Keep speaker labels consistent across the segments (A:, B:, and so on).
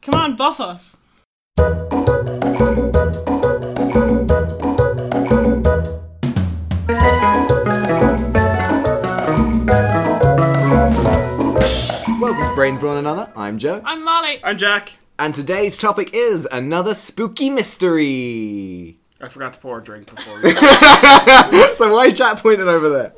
A: Come on, buff us.
B: Welcome to Brains for One Another. I'm Joe.
A: I'm Molly.
C: I'm Jack.
B: And today's topic is another spooky mystery.
C: I forgot to pour a drink before. We...
B: So why is Jack pointing over there?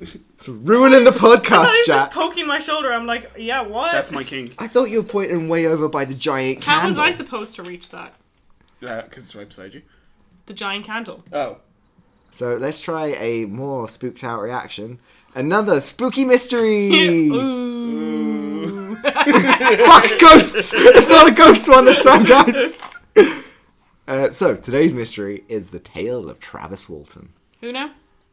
B: It's ruining the podcast,
D: He's
B: Jack.
D: just poking my shoulder. I'm like, yeah, what?
C: That's my king.
B: I thought you were pointing way over by the giant
A: How
B: candle.
A: was I supposed to reach that?
C: Because Uh, it's right beside you.
A: The giant candle.
C: Oh.
B: So let's try a more spooked out reaction. Another spooky mystery.
A: Ooh.
B: Fuck ghosts! It's not a ghost one this time, guys. Uh, so today's mystery is the tale of Travis Walton.
A: Who now?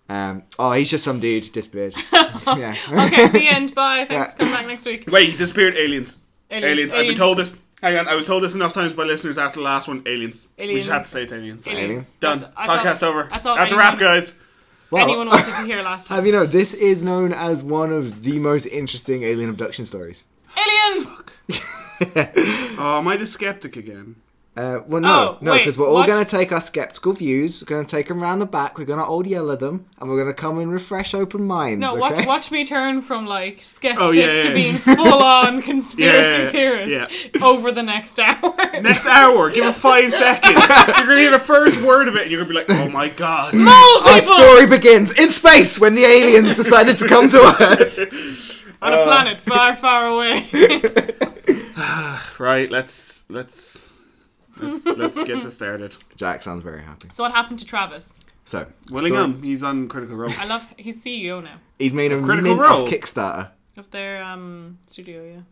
B: Um, oh, he's just some dude who disappeared. yeah.
A: Okay, the end. Bye. Thanks. Come back next week.
C: Wait, he disappeared. Aliens.
A: Aliens.
C: Aliens. I've been told this. Hang on, I was told this enough times by listeners after the last one. Aliens. We
A: Aliens.
C: just have to say it's aliens.
A: Aliens.
C: Done.
A: That's- that's
C: Podcast
A: all-
C: over.
A: That's all.
C: That's a
A: anyone,
C: wrap, guys.
B: Well,
A: Anyone wanted to hear last
B: Have
A: time?
B: you know this is known as one of the most interesting alien abduction stories?
A: Aliens.
C: Oh, am I the skeptic again?
B: Uh, well, no,
A: Oh,
B: no,
A: wait,
B: because we're all
A: what?
B: going to take our skeptical views. We're going to take them round the back. We're going to old yellow them, and we're going to come in with fresh, open minds.
A: No,
B: okay?
A: watch watch me turn from like skeptic
C: Oh, yeah, yeah,
A: to
C: yeah.
A: being full on conspiracy
C: Yeah, yeah, yeah.
A: theorist over the next hour.
C: Next hour, give it five seconds. You're gonna hear the first word of it, and you're gonna be like, "Oh my god!"
A: Old
B: Our
A: people
B: story begins in space when the aliens decided to come to Earth.
A: on a planet far, far away.
C: Right, let's let's let's let's get this started.
B: Jack sounds very happy.
A: so what happened to Travis?
B: So,
C: Willingham,
B: story-
C: he's on Critical Role.
A: I love he's CEO now
B: he's made a
C: Critical
B: mint of
C: Role.
B: Kickstarter.
A: of their um studio. Yeah.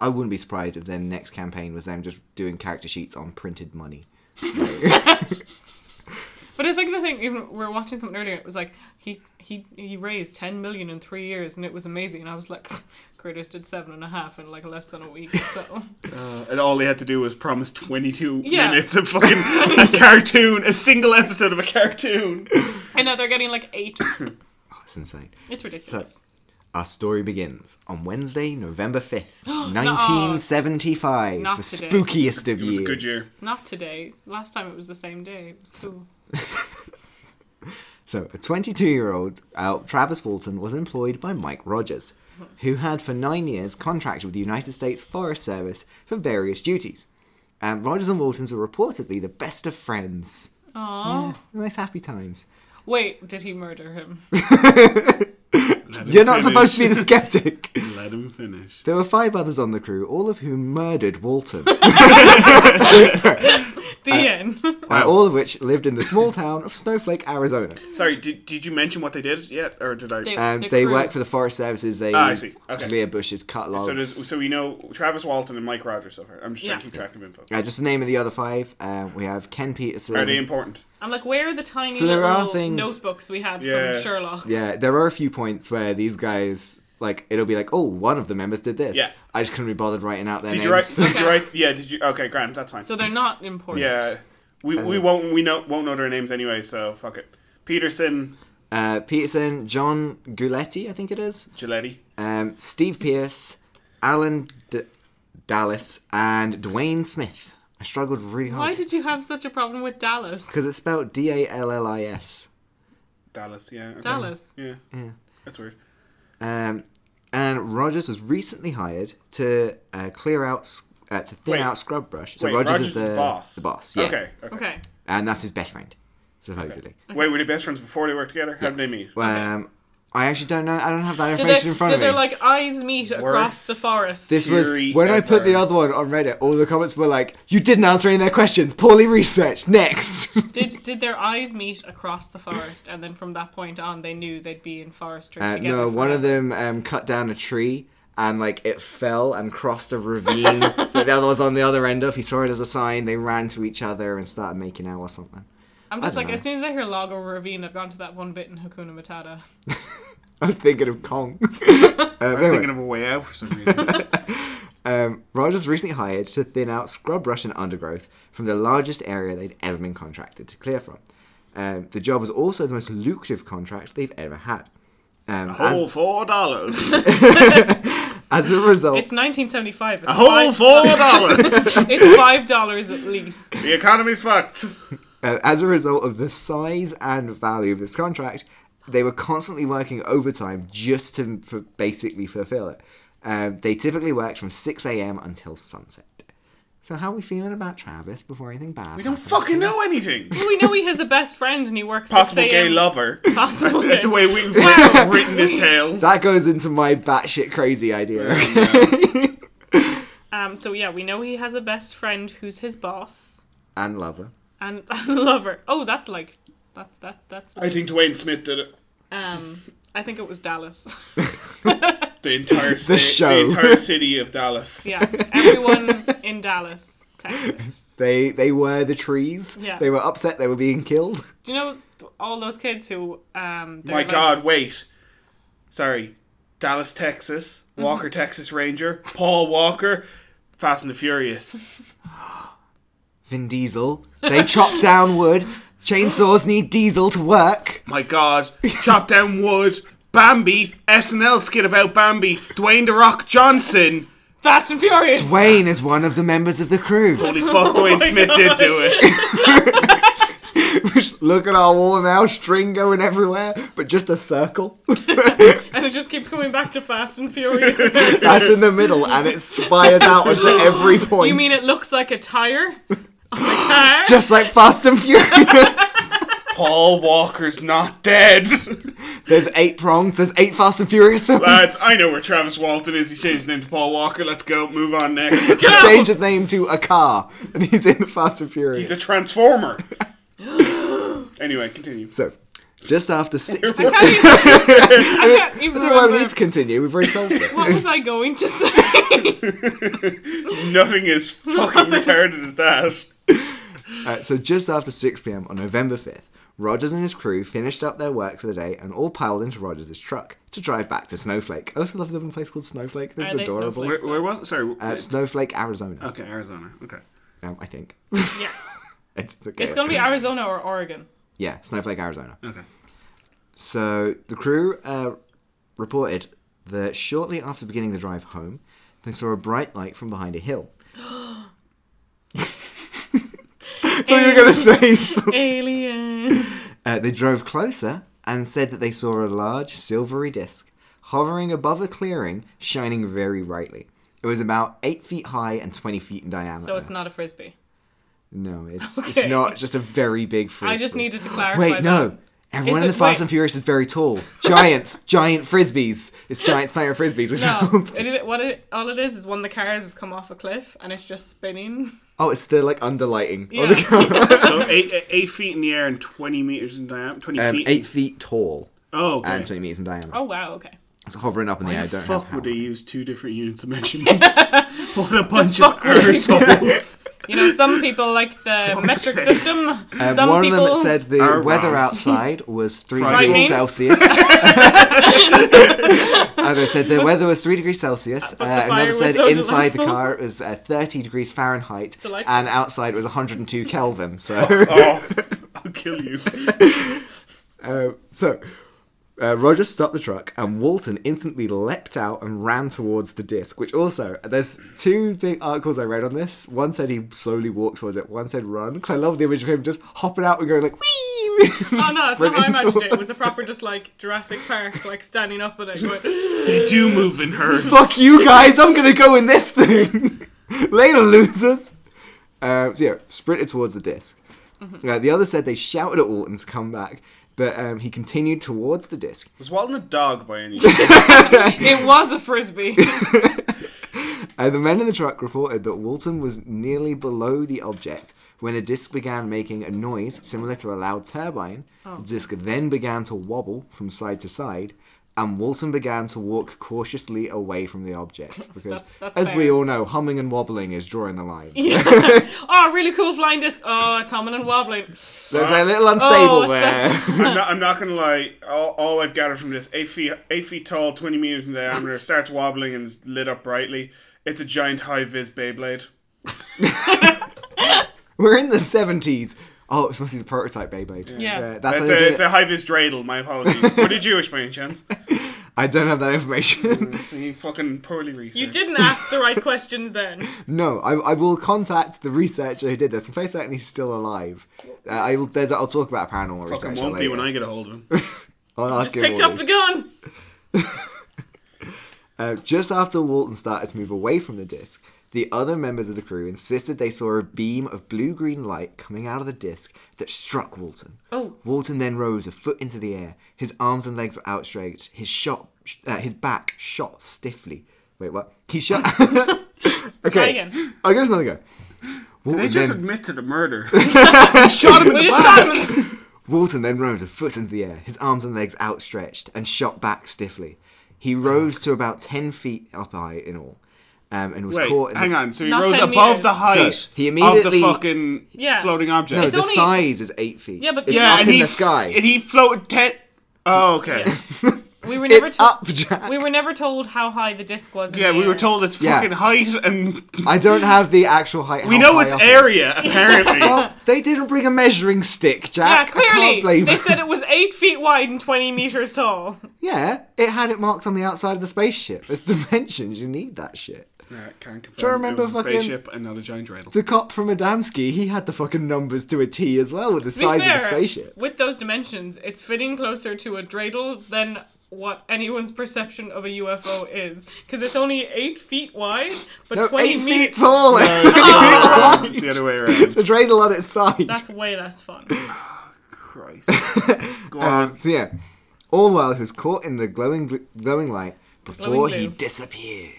B: I wouldn't be surprised if their next campaign was them just doing character sheets on printed money.
A: But it's like the thing. Even we were watching something earlier. It was like he he he raised ten million in three years, and it was amazing. And I was like, creators did seven and a half in like less than a week. So
C: And all they had to do was promise 22
A: Yeah.
C: minutes of fucking a cartoon, a single episode of a cartoon.
A: I know they're getting like eight.
B: Oh, it's insane.
A: It's ridiculous.
B: Our story begins on Wednesday, November 5th, 1975.
A: Not
B: the
A: today.
B: spookiest of
C: It
B: years.
C: was a good year.
A: Not today. Last time it was the same day. It was cool.
B: So, a 22 year old uh, Travis Walton was employed by Mike Rogers, who had for nine years contracted with the United States Forest Service for various duties. Um, Rogers and Waltons were reportedly the best of friends. Hmm?
A: Aww.
B: Nice happy times.
A: Wait, did he murder him?
C: Let him
B: You're not
C: finish.
B: supposed to be the skeptic.
C: Let him finish.
B: there were five others on the crew, all of whom murdered Walton.
A: The end.
B: uh, all of which lived in the small town of Snowflake, Arizona.
C: Sorry, did, did you mention what they did yet? Or did I?
A: They-
B: Um,
A: The
B: they
A: crew.
B: work for the forest services. They
C: Ah, I see. Okay.
B: clear bushes, cut logs.
C: so, does, so we know Travis Walton and Mike Rogers so far. I'm just trying to
A: Yeah.
C: keep track of info.
B: Uh, just the name of the other five. Um, we have Ken Peterson.
C: Are they important?
A: I'm like, where are the tiny
B: So there are
A: little
B: things-
A: notebooks we had
C: Yeah.
A: from Sherlock?
B: yeah, there are a few points where these guys like it'll be like, oh, one of the members did this.
C: Yeah.
B: I just couldn't be bothered writing out their
C: Did you write?
B: names.
C: Did you write? Yeah. Did you? Okay, Grant, that's fine.
A: So they're not important.
C: yeah, we, we
B: Uh-huh.
C: won't we know, won't know their names anyway. So fuck it. Peterson,
B: uh, Peterson, John Guletti, I think it is.
C: Giletti.
B: Um, Steve Pierce, Alan D- Dallas, and Dwayne Smith. I struggled really hard.
A: Why did you have such a problem with Dallas?
B: Because it's spelled D A L L I S.
C: Dallas. Yeah. okay.
A: Dallas.
C: Yeah. That's weird.
B: Um, and Rogers was recently hired to uh, clear out, s- uh, to thin
C: Wait.
B: out scrub brush. So
C: Wait,
B: Rogers,
C: Rogers,
B: is the,
C: boss.
B: The boss, yeah.
C: Okay. Okay.
A: Okay.
B: And that's his best friend, supposedly.
C: Wait, were they best friends before they worked together? How did they meet?
B: Um, I actually don't know. I don't have that
A: Do they,
B: information in
A: do
B: front of me.
A: their like eyes meet across the
C: Worst
A: forest?
B: this was
C: theory
B: when I put the
C: ever.
B: other one on Reddit. All the comments were like, "You didn't answer any of their questions. Poorly researched." Next.
A: Did did their eyes meet across the forest, and then from that point on, they knew they'd be in forestry
B: Uh,
A: together?
B: no, one of
A: forever?
B: them um, cut down a tree and like it fell and crossed a ravine that the other was on the other end of. He saw it as a sign. They ran to each other and started making out or something.
A: I'm just
B: I don't
A: like,
B: know.
A: as soon as I hear Lago Ravine, I've gone to that one bit in Hakuna Matata.
B: I was thinking of Kong.
C: I was thinking of a way out for some reason.
B: Um, Rogers recently hired to thin out scrub brush and undergrowth from the largest area they'd ever been contracted to clear from. Um, the job was also the most lucrative contract they've ever had. Um, as-
C: Whole four dollars.
B: As a result,
A: It's 1975. It's
C: A whole
A: five-
C: four dollars.
A: It's five dollars at least.
C: the economy's fucked.
B: Uh, as a result of the size and value of this contract, they were constantly working overtime just to for basically fulfill it. Um, they typically worked from 6 a.m. until sunset. So how are we feeling about Travis before anything bad?
C: We don't fucking know anything.
A: We know he has a best friend and he works. 6
C: um, Possible gay
A: a.m.
C: lover.
A: Possible
C: That's
A: gay-
C: the way we've wow. written this tale.
B: That goes into my batshit crazy idea.
A: Um. So yeah, we know he has a best friend who's his boss
B: and lover.
A: and, and lover. Oh, that's like, that's that that's.
C: I think Dwayne Smith did it.
A: Um. I think it was Dallas.
C: The entire city,
B: show.
C: the entire city of Dallas.
A: Yeah. Everyone in Dallas, Texas.
B: They they were the trees.
A: Yeah.
B: They were upset they were being killed.
A: Do you know th- all those kids who um they're
C: My
A: like-
C: God, wait. Sorry, Dallas, Texas. Walker, Texas Ranger. Paul Walker. Fast and the Furious.
B: Vin Diesel. They chopped down wood. Chainsaws need diesel to work.
C: My God, chop down wood. Bambi. SNL skit about Bambi. Dwayne the Rock Johnson.
A: Fast and Furious.
B: Wayne is one of the members of the crew.
C: Holy fuck, Dwayne Smith did do it.
B: Look at our wall now, string going everywhere, but just a circle.
A: And it just keeps coming back to Fast and Furious.
B: That's in the middle, and it spires out onto every point.
A: you mean it looks like a tire Oh on a car?
B: Just like Fast and Furious.
C: Paul Walker's not dead.
B: there's eight prongs. There's eight Fast and Furious films.
C: Lads, I know where Travis Walton is. He changed his name to Paul Walker. Let's go. Move on next.
B: Change his name to a car, and he's in Fast and Furious.
C: He's a transformer. anyway, continue.
B: so, just after six.
A: I can't even, I can't even
B: That's why we
A: remember.
B: need to continue. We've already solved it.
A: What was I going to say?
C: Nothing is fucking retarded as that.
B: Uh, so just after 6 p.m. on November 5th, Rogers and his crew finished up their work for the day and all piled into Rogers' truck to drive back to Snowflake. I also love living in a place called Snowflake. That's
A: Are they
B: adorable.
A: snowflakes?
C: Where was it? Sorry.
B: Uh, Snowflake, Arizona,
C: okay, Arizona. Okay.
B: um, I think.
A: yes.
B: it's
A: It's going to be Arizona or Oregon.
B: Yeah, Snowflake, Arizona.
C: Okay.
B: So the crew uh, reported that shortly after beginning the drive home, they saw a bright light from behind a hill. I thought you were going to say something.
A: Aliens.
B: Uh, they drove closer and said that they saw a large silvery disc hovering above a clearing, shining very brightly. It was about eight feet high and twenty feet in diameter.
A: So it's not a frisbee.
B: no, it's it's
A: Okay.
B: not just a very big frisbee.
A: I just needed to clarify.
B: Wait,
A: that.
B: no. Everyone
A: Is
B: in the
A: it-
B: Fast
A: wait.
B: and Furious is very tall. Giants, giant frisbees. It's giants playing with frisbees. or
A: No,
B: something.
A: it, it, what it, all it is is one of the cars has come off a cliff and it's just spinning.
B: Oh, it's the like underlighting.
A: Yeah.
B: on the cover.
C: So eight, eight- eight feet in the air and 20 meters in diameter. 20
B: um,
C: feet.
B: eight feet tall
C: Oh, okay.
B: and twenty meters in diameter.
A: Oh wow, okay.
B: It's hovering up in the air. I don't have
C: fuck
B: how.
C: would they use two different units of measurement? what a bunch of
A: fuck would they-
C: arseholes.
A: You know, some people like the metric system.
B: Um,
A: some
B: one
A: people
B: of them said the
C: are
A: Oh,
B: weather
C: wrong.
B: outside was three
C: Frightening.
B: degrees Celsius. Others said the weather was three degrees Celsius.
A: the
B: Uh,
A: fire
B: another
A: was
B: said
A: so
B: inside
A: delightful.
B: the car it was uh, 30 degrees Fahrenheit,
A: Delightful.
B: and outside it was 102 Kelvin. So,
C: oh, I'll kill you.
B: uh, so uh, Roger stopped the truck, and Walton instantly leapt out and ran towards the disc. Which also, there's two thi- articles I read on this. One said he slowly walked towards it. One said run, because I love the image of him just hopping out and going like, "Wee!"
A: Oh no, that's not how I
B: Sprinting
A: imagined it. It
B: towards
A: was a proper just like Jurassic Park, like standing up at it going
C: They do move in herds.
B: fuck you guys, I'm gonna go in this thing. Later, losers. Uh, so yeah, sprinted towards the disc.
A: Mm-hmm.
B: Uh, the other said they shouted at Walton to come back, but um, he continued towards the disc.
C: Was Walton a dog by any chance?
A: It was a frisbee.
B: Uh, the men in the truck reported that Walton was nearly below the object when the disc began making a noise similar to a loud turbine.
A: Oh.
B: The disc then began to wobble from side to side, and Walton began to walk cautiously away from the object because,
A: that's
B: as we
A: fair.
B: all know, humming and wobbling is drawing the line.
A: Oh, really cool flying disc. Oh, it's humming and wobbling.
B: There's a little unstable
A: it's
B: there.
C: I'm not, I'm not gonna lie. All, all I've gathered from this eight feet, eight feet tall, twenty meters in diameter, starts wobbling and is lit up brightly. It's a giant high vis Beyblade.
B: We're in the 70s. Oh, it's must be the prototype Beyblade.
A: Yeah.
B: that's
C: It's
B: how they
C: a,
B: did
C: it's
B: it.
C: a high vis dreidel. My apologies. Were they Jewish by any chance?
B: I don't have that information.
C: See, fucking poorly researched.
A: You didn't ask the right questions then.
B: no, I, I will contact the researcher who did this. I'm fairly certain he's still alive. Uh, I will, there's, I'll talk about paranormal
C: Fucking
B: research.
C: won't be
B: later.
C: when I get a hold of him.
B: I'll ask him
A: Picked
B: all
A: up the
B: this.
A: gun.
B: Uh, just after Walton started to move away from the disc, the other members of the crew insisted they saw a beam of blue green light coming out of the disc that struck Walton.
A: Oh.
B: Walton then rose a foot into the air. His arms and legs were outstretched. His shot, uh, his back shot stiffly. Wait, what? He shot. okay.
A: Try again.
B: I'll give this another go. Walton
C: They just
B: then-
C: admit to the murder.
A: Shot him. We just shot him. in the-
B: Walton then rose a foot into the air, his arms and legs outstretched, and shot back stiffly. He rose to about 10 feet up high in all, um, and was
C: Wait,
B: caught in
C: hang
B: the...
C: on. So he
A: Not
C: rose
A: 10
C: above
A: meters.
C: the height
B: So, he
C: of
B: immediately-
C: the fucking
A: Yeah.
C: flooding object.
B: No, the
A: only-
B: size is 8 feet.
A: Yeah, but-
B: it's
A: Yeah,
B: up
C: and
B: in
C: he,
B: the sky.
C: And he floated ten. Oh, okay. Yeah,
A: We were never
B: it's
A: told.
B: up, Jack.
A: We were never told how high the disc was. in the
C: we
A: air.
C: were told it's
B: Yeah.
C: fucking height, and
B: I don't have the actual height.
C: we
B: how
C: know
B: high
C: it's
B: up it is.
C: area apparently.
B: Well, they didn't bring a measuring stick,
A: Yeah,
B: Jack. I
A: clearly.
B: can't blame
A: They
B: them.
A: said it was eight feet wide and twenty meters tall.
B: Yeah, it had it marked on the outside of the spaceship. It's dimensions. You need that shit.
C: Yeah, can't confirm.
B: I remember
C: it was a
B: fucking-
C: spaceship and not a giant dreidel.
B: The cop from Adamski, he had the fucking numbers to a T as well with the
A: To be
B: size
A: fair,
B: of the spaceship.
A: With those dimensions, it's fitting closer to a dreidel than what anyone's perception of a UFO is, because it's only eight feet wide, but
B: No,
A: twenty
B: eight feet
A: meters.
B: tall.
C: it's the other way around.
B: it's a dreidel on its side.
A: That's way less fun.
C: Christ. Go on.
B: Um, so yeah, Orwell who's caught in the glowing gl- glowing light before
A: Glowing
B: he
A: blue.
B: disappeared.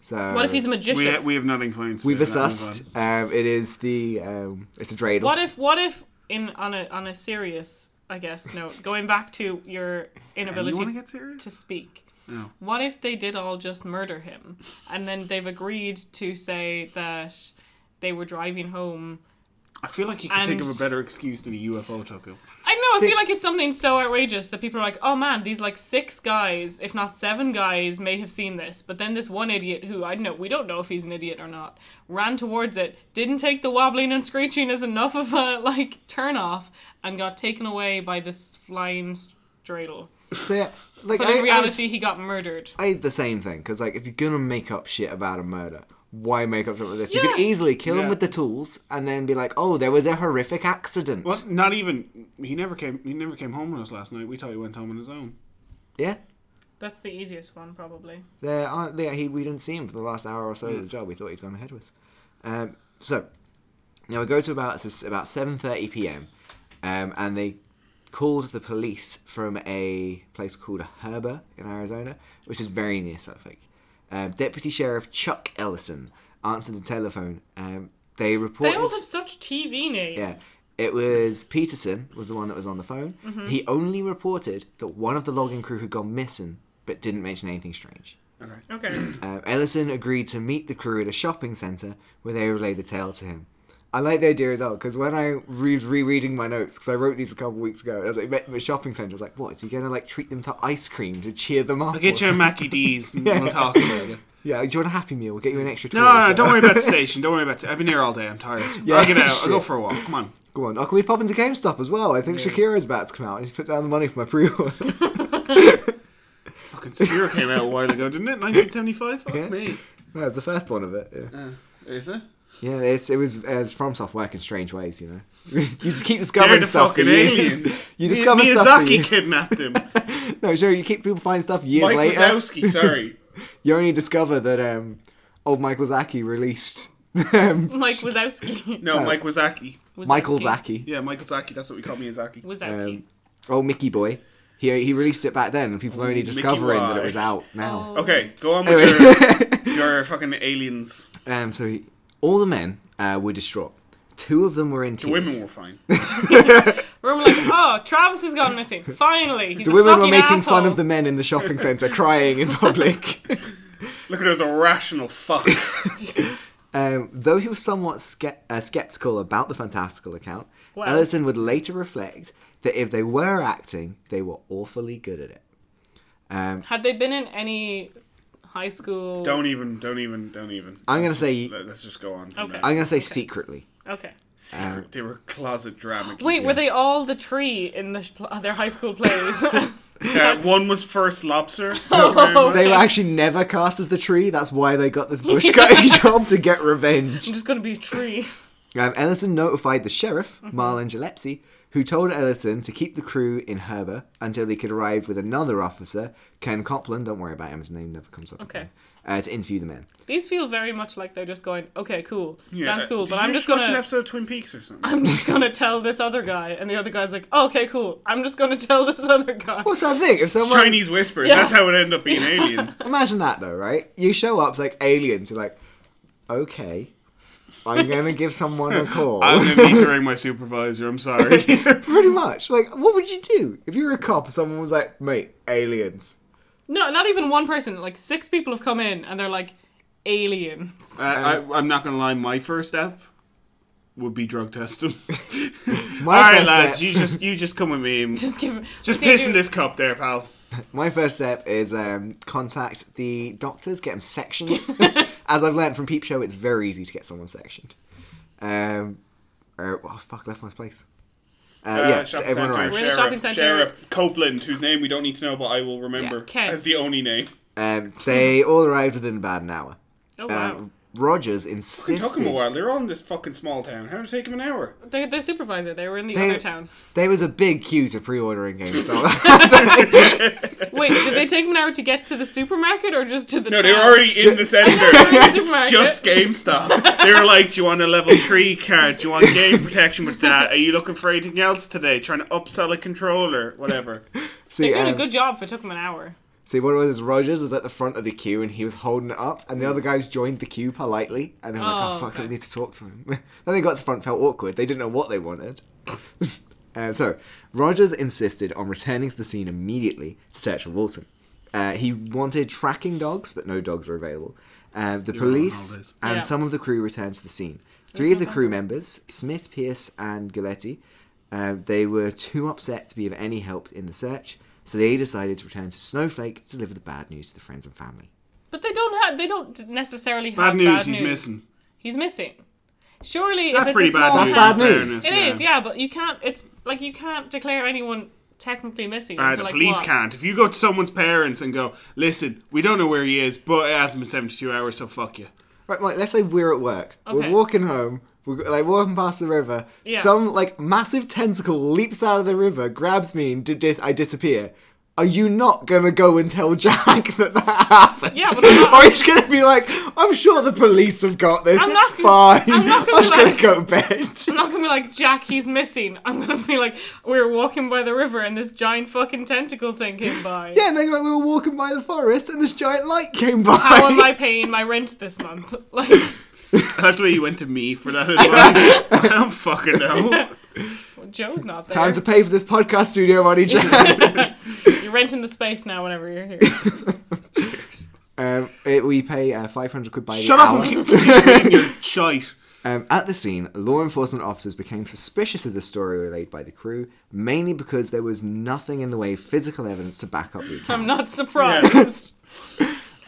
B: So
A: What if he's a magician?
C: we, we have nothing planned.
B: we've assussed? Um, it is the um, it's a dreidel.
A: What if what if in on a on a serious I guess note, going back to your
C: You
A: inability
C: want to get serious?
A: to speak.
C: No.
A: What if they did all just murder him and then they've agreed to say that they were driving home?
C: I feel like you could think of a
A: And-
C: better excuse than a UFO, Toku.
A: I don't know, I
B: See-
A: feel like it's something so outrageous that people are like, "Oh man, these like six guys, if not seven guys may have seen this." But then this one idiot who I don't know, we don't know if he's an idiot or not, ran towards it, didn't take the wobbling and screeching as enough of a like turn off and got taken away by this flying dreidel.
B: So yeah, like
A: But
B: I,
A: in
B: I was-
A: reality, he got murdered.
B: I had the same thing because like if you're gonna make up shit about a murder, why make up something like this? You
A: Yeah.
B: could easily kill him
C: Yeah.
B: with the tools and then be like, oh, there was a horrific accident.
C: Well, not even. He never came. He never came home with us last night. We thought he went home on his own.
B: Yeah.
A: That's the easiest one, probably.
B: There aren't. Yeah, he, we didn't see him for the last hour or so of the job. We thought he'd gone ahead with. Um, so now we go to about it's about seven thirty p.m. Um, and they called the police from a place called Herber in Arizona, which is very near Suffolk. Um, Deputy Sheriff Chuck Ellison answered the telephone. Um, they reported.
A: They all have such TV names.
B: Yes. It was Peterson was the one that was on the phone.
A: Mm-hmm.
B: He only reported that one of the logging crew had gone missing, but didn't mention anything strange.
A: Okay.
B: Um, Ellison agreed to meet the crew at a shopping centre where they would relay the tale to him. I like the idea as well because when I was rereading my notes, because I wrote these a couple weeks ago, I was like, met them at a shopping centre. I was like, what is he gonna like treat them to ice cream to cheer them up?
C: I'll get
B: or
C: you a
B: something?
C: Mackie D's and we'll talk about it.
B: Yeah, do you want a happy meal? We'll get you an extra.
C: No, no, no, don't worry about the station. Don't worry about it. I've been here all day. I'm tired.
B: Yeah,
C: I'll get out. I'll go
B: shit.
C: for a walk. Come on.
B: Go on. Oh, can we pop into GameStop as well? I think Shakira's about to come out. and He's put down the money for my pre-order.
C: Fucking Secure came out a while ago, didn't it? 1975? Fuck
B: Yeah.
C: me.
B: that was the first one of it. Yeah.
C: Is it?
B: Yeah, it's, it was uh, from soft work in strange ways, you know. you just keep discovering
C: They're the
B: stuff. for
C: fucking
B: years.
C: aliens.
B: You
C: Mi-
B: discover
C: Miyazaki
B: stuff. For years.
C: kidnapped him.
B: No, sure. You keep people find stuff years
C: Mike
B: later.
C: Wazowski, sorry.
B: You only discover that um, old Michael Zaki released um,
A: Mike Wazowski.
B: Oh.
C: No, Mike Wazaki.
A: Wazowski.
B: Michael Zaki,
C: Yeah, Michael Zaki. That's what we call Miyazaki.
A: Wazowski.
B: um, old Mickey Boy. He he released it back then, and people are only
C: Mickey
B: discovering that it
C: Y.
B: was out now.
C: Okay, go
A: Oh.
C: on with
B: Anyway.
C: your, your fucking aliens.
B: um, so he, all the men uh, were distraught. Two of them were in tears.
C: Women were fine.
A: We're like, oh, Travis has gone missing. Finally, he's
B: the
A: a
B: women were
A: fucking
B: making
A: asshole.
B: fun of the men in the shopping centre, crying in public.
C: Look at those irrational fucks.
B: Um, though he was somewhat ske- uh, skeptical about the fantastical account,
A: Wow.
B: Ellison would later reflect that if they were acting, they were awfully good at it. Um,
A: Had they been in any high school?
C: don't even, don't even, don't even.
B: I'm gonna
C: Let's
B: say-
C: just- let's just go on. From
A: Okay.
B: I'm going to say secretly.
A: Okay.
C: That. Secret- they were closet drama.
A: Wait, were they
B: Yes.
A: all the tree in the sh- pl- their high school plays?
C: Uh, one was first lobster.
A: Oh.
B: They were actually never cast as the tree. That's why they got this bush cutting job to get revenge.
A: I'm just gonna be a tree.
B: Um, Ellison notified the sheriff,
A: Mm-hmm.
B: Marlon Gillespie, who told Ellison to keep the crew in Herber until he could arrive with another officer, Ken Copland. Don't worry about him; his name never comes up.
A: Okay.
B: again, Uh, to interview the men.
A: These feel very much like they're just going, okay, cool, sounds cool,
C: Did
A: but
C: you
A: I'm just
C: watch
A: gonna,
C: an episode of Twin Peaks or something.
A: I'm just gonna tell this other guy, and the other guy's like, oh, okay, cool, I'm just gonna tell this other guy.
B: What's that thing? If someone
C: Chinese whispers. That's how it ended up being aliens.
B: imagine that though, right? You show up it's like aliens. You're like, okay, I'm gonna give someone a call.
C: I'm gonna be during my supervisor. I'm sorry.
B: Pretty much. Like, what would you do if you were a cop? and Someone was like, mate, aliens.
A: No, not even one person. Like six people have come in, and they're like, aliens.
C: I, I, I'm not gonna lie. My first step would be drug testing. All
B: My
C: right,
B: first
C: lads,
B: step-
C: you just you just come with me. and
A: Just give.
C: Just
A: see,
C: piss in
A: do-
C: this cup, there, pal.
B: My first step is um, contact the doctors, get them sectioned. As I've learned from Peep Show, it's very easy to get someone sectioned. Um, or, oh fuck, left my place. Uh, yeah, so
C: shopping
B: everyone
C: centre,
B: arrives.
A: We're in the shopping
C: Sheriff-
A: centre.
C: Sheriff Copeland, whose name we don't need to know, but I will remember
A: Ken.
C: as the only name.
B: Um, they all arrived within about an hour.
A: Oh wow!
B: Um, Rogers
C: It took him a
B: insisted.
C: while. They're all in this fucking small town. How did it take him an hour?
A: They're, they're supervisor. They were in the
B: They-
A: other town.
B: There was a big queue to pre-ordering games. So
A: Wait, did they take them an hour to get to the supermarket or just to the?
C: No,
A: town?
C: they were already in the center. it's
A: Supermarket.
C: just GameStop. They were like, "Do you want a level three card? Do you want game protection with that? Are you looking for anything else today? Trying to upsell a controller, whatever."
B: see,
A: Doing
B: um,
A: a good job if it took them an hour.
B: see, what it was is Rogers was at the front of the queue and he was holding it up, and the other guys joined the queue politely, and they were like, "Oh,
A: Oh,
B: fuck, so we
A: okay.
B: need to talk to him." then they got to the front, felt awkward. They didn't know what they wanted. Uh, so, Rogers insisted on returning to the scene immediately to search for Walton. Uh, he wanted tracking dogs, but no dogs were available. Uh, the
C: on
B: police
C: holidays.
B: and
A: Yeah.
B: some of the crew returned to the scene. Three of the crew members, Smith, Pierce, and Galletti, uh, they were too upset to be of any help in the search, so they decided to return to Snowflake to deliver the bad news to the friends and family.
A: But they don't have. They don't necessarily have
C: Bad news. he's
A: news.
C: missing.
A: He's missing. Surely, if
C: That's
A: it's
C: pretty
A: a small
C: bad news.
B: That's
A: town-
B: bad news.
C: fairness,
A: It is, yeah, but you can't. It's like you can't declare anyone technically missing.
C: Uh,
A: until,
C: the
A: like,
C: police
A: what?
C: can't. If you go to someone's parents and go, "Listen, we don't know where he is, but it hasn't been seventy-two hours, so fuck you."
B: Right, Mike, let's say we're at work. We're
A: Okay.
B: walking home. We're like walking past the river.
A: Yeah.
B: Some like massive tentacle leaps out of the river, grabs me, and di- dis- I disappear. Are you not gonna go and tell Jack that that happened?
A: Yeah, but I'm not-
B: or he's gonna be like, "I'm sure the police have got this.
A: I'm
B: it's
A: not gonna-
B: fine.
A: I'm not gonna
B: just gonna
A: lie.
B: go to bed."
A: I'm not gonna be like Jack. He's missing. I'm gonna be like we were walking by the river and this giant fucking tentacle thing came by.
B: yeah, and then like we were walking by the forest, and this giant light came by.
A: How am I paying my rent this month? Like,
C: That's why you went to me for that advice. I don't fucking know.
A: well, Joe's not there.
B: Time to pay for this podcast studio money, Jack.
A: You're renting the space now. Whenever you're here,
B: um, it- we pay uh, five hundred quid by the
C: Shut
B: hour.
C: up and keep, keep reading your shite.
B: Um, at the scene, law enforcement officers became suspicious of the story relayed by the crew, mainly because there was nothing in the way of physical evidence to back up the account.
A: I'm not surprised.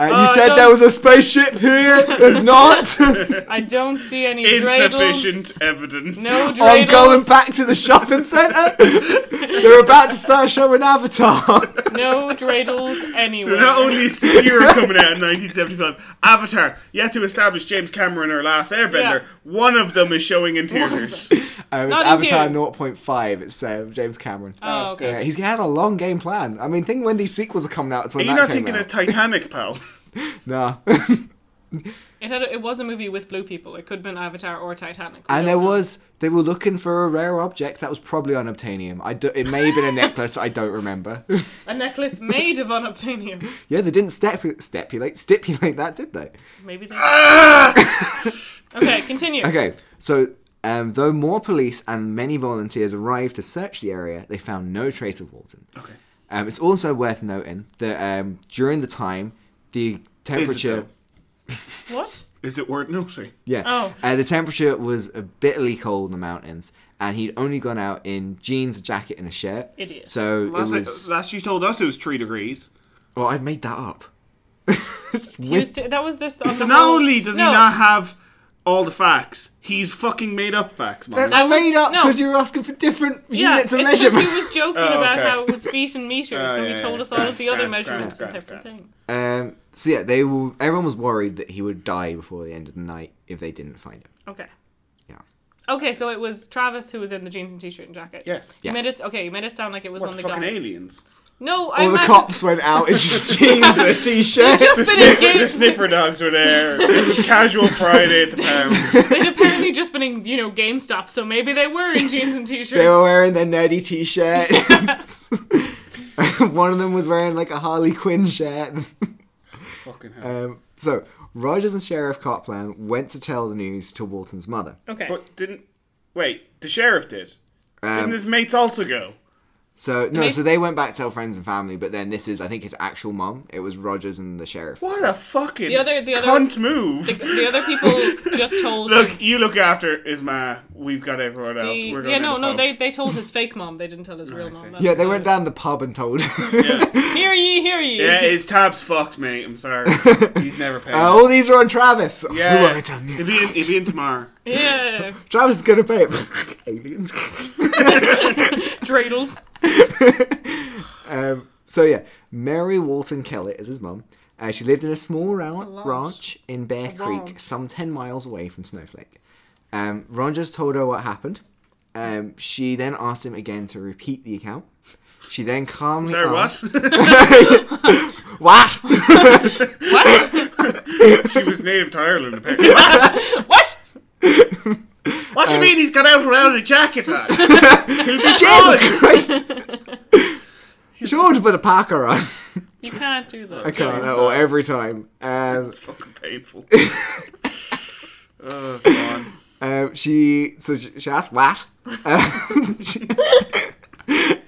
B: Uh, you
A: Uh,
B: said
A: don't-
B: there was a spaceship here. There's not.
A: I don't see any dreidels.
C: Insufficient evidence.
A: No
B: I'm
A: dreidels.
B: going back to the shopping centre. They're about to start showing Avatar. Uh,
A: No dreidels anywhere.
C: So not only is Spira coming out in 1975, Avatar, yet to establish James Cameron or Last
A: Yeah.
C: Airbender, one of them is showing in theaters.
B: Um, it's
A: Not in
B: Avatar
A: theaters.
B: 0.5. It's uh, James Cameron.
A: oh, okay.
B: Yeah, he's had a long game plan. I mean, think when these sequels are coming out, it's
C: Are
B: when
C: you
B: that
C: not
B: came
C: thinking
B: out.
C: of Titanic, pal?
B: No.
A: It had a, it was a movie with blue people. It could have been Avatar or Titanic. We
B: And
A: don't
B: there
A: know.
B: was they were looking for a rare object that was probably unobtainium. I do, it may have been a necklace. I don't remember.
A: a necklace made of unobtainium.
B: yeah, they didn't stipulate stipulate stipulate that, did they?
A: Maybe they.
C: Ah!
A: okay, continue.
B: Okay, so um, though more police and many volunteers arrived to search the area, they found no trace of Walton. Okay. Um, it's also worth noting that um, during the time, the temperature
C: though?
A: What?
C: Is it worth noting?
B: yeah
A: Oh.
B: uh, the temperature was uh, bitterly cold in the mountains, and he'd only gone out in jeans, a jacket, and a shirt.
A: Idiot.
B: So it
C: Last,
B: was.
C: last you told us it was three degrees.
B: Well, I made that up. It's
A: He
B: weird.
A: was t- that was this.
C: So not only does he not have all the facts. He's fucking made up facts, man.
B: I
A: I was-
B: made up
A: no.
B: because you were asking for different
A: Yeah,
B: units
A: it's
B: of
A: 'cause
B: measurement.
A: he was joking
C: Oh,
A: about
C: okay.
A: how it was feet and meters,
C: Oh,
A: so he
C: yeah,
A: told
C: yeah,
A: us all of
C: grand,
A: the other
C: grand,
A: measurements
C: grand,
A: and
C: grand,
A: different things.
B: Um, so yeah, they will. Everyone was worried that he would die before the end of the night if they didn't find him.
A: Okay.
B: Yeah.
A: Okay, so it was Travis who was in the jeans and t-shirt and jacket.
C: Yes.
A: You
B: Yeah.
A: made it okay. You made it sound like it was
C: what
A: one
C: the
A: of the
C: fucking
A: guys.
C: aliens?
A: No, I
B: All the
A: imagine
B: cops went out. It's just jeans and a t-shirt.
A: just
C: The
A: been in
C: sniffer, the
A: Gay-
C: sniffer dogs were there. It was casual Friday at the pound.
A: they'd apparently just been in you know GameStop, so maybe they were in jeans and t-shirts.
B: They were wearing their nerdy t-shirts. One of them was wearing like a Harley Quinn shirt.
C: fucking hell.
B: Um, so Rogers and Sheriff Copland went to tell the news to Walton's mother.
A: okay.
C: But didn't wait? The sheriff did.
B: Um,
C: didn't his mates also go?
B: So no,
A: they-
B: so they went back to tell friends and family, but then this is I think his actual mum. It was Rogers and the sheriff.
C: What a fucking
A: The other- the other-
C: cunt move.
A: The, the other people just told.
C: look,
A: his-
C: you look after his ma. We've got everyone else.
A: the-
C: We're going
A: yeah,
C: to
A: no,
C: the
A: no,
C: pub. Oh,
A: they they told his fake mom. They didn't tell his real
C: I see.
A: mom.
B: Yeah, they went down the pub and told.
C: Yeah.
A: Hear ye, hear ye.
C: yeah, his tab's fucked, mate. I'm sorry. He's never paid.
B: Uh, all these are on Travis. Oh,
C: yeah,
B: Who are we telling
C: He'll be in, he'll be in tomorrow.
A: yeah.
B: Travis is gonna pay him. Aliens.
A: dreidels.
B: um, so yeah, Mary Walton Kellett is his mum. Uh, she lived in a small ra-
A: lodge.
B: ranch in Bear Creek,
A: lodge.
B: some ten miles away from Snowflake. Um, Rogers told her what happened. Um, she then asked him again to repeat the account. She then calmly
C: Sorry,
B: asked,
C: what?
B: Oh. "What?
A: What?
C: she was native to Ireland. Apparently. What?
A: what?
C: What do you mean he's got out without a jacket on? He'll be
B: Jesus Christ! George put a Parker on.
A: You can't do that.
B: I can't. Or every time. Um,
C: It's fucking painful. oh, come on.
B: Um, she so she, she asked what. Um, she-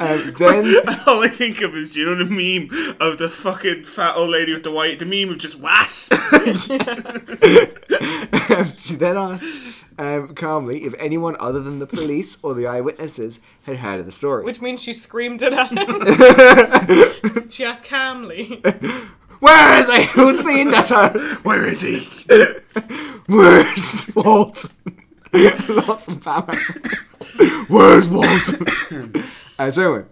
B: um, then
C: All I think of is, do you know the meme of the fucking fat old lady with the white? The meme of just was.
B: um, she then asked um, calmly if anyone other than the police or the eyewitnesses had heard of the story.
A: Which means she screamed it at him. she asked calmly.
B: Where is he? Who's seen that? Her?
C: Where is he?
B: Where's Walt? Lost and found. Where's Walt? uh, so anyway,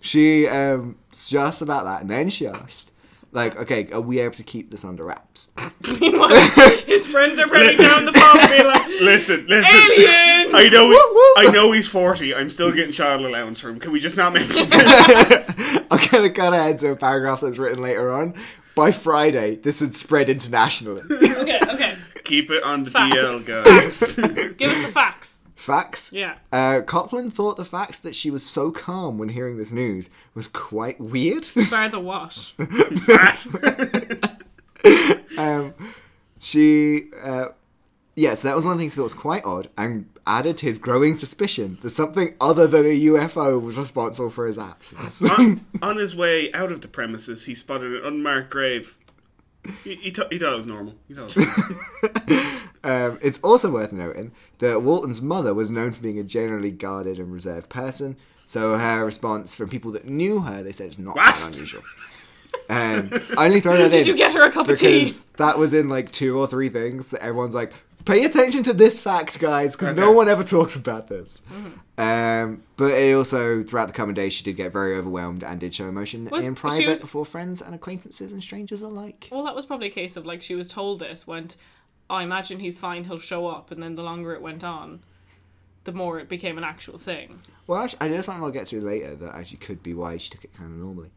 B: she um, just about that, and then she asked, like, okay, are we able to keep this under wraps?
A: Meanwhile, his friends are probably down the pub being like,
C: Listen, listen.
A: Alien!
C: I know,
B: Woo, woo.
C: Oh, I know he's forty. I'm still getting child allowance for him. Can we just not mention this?
B: I'm gonna cut ahead to a paragraph that's written later on. By Friday, this had spread internationally.
A: Okay, okay.
C: Keep it on the
A: Facts.
C: DL, guys.
A: Give us the facts.
B: facts?
A: Yeah.
B: Uh, Copland thought the fact that she was so calm when hearing this news was quite weird.
A: Bar the wash.
B: um, she, uh, yeah, so that was one of the things that was quite odd and added to his growing suspicion that something other than a UFO was responsible for his absence. Um,
C: on, on his way out of the premises, he spotted an unmarked grave. He, he, thought- he thought it was normal. He thought it was normal.
B: Um, it's also worth noting that Walton's mother was known for being a generally guarded and reserved person, so her response from people that knew her, they said it's not that
C: What?
B: unusual. Um, I only throw that in
A: Did you get her a cup of tea?
B: because that was in like two or three things that everyone's like, pay attention to this fact, guys, because no
C: Okay.
B: one ever talks about this.
A: Mm-hmm.
B: Um, but it also, throughout the coming days, she did get very overwhelmed and did show emotion
A: Was-
B: in
A: she
B: private
A: was-
B: before friends and acquaintances and strangers alike.
A: Well, that was probably a case of like she was told this, went, I imagine he's fine, he'll show up. And then the longer it went on, the more it became an actual thing.
B: Well, actually, I just one I'll get to later that actually could be why she took it kind of normally.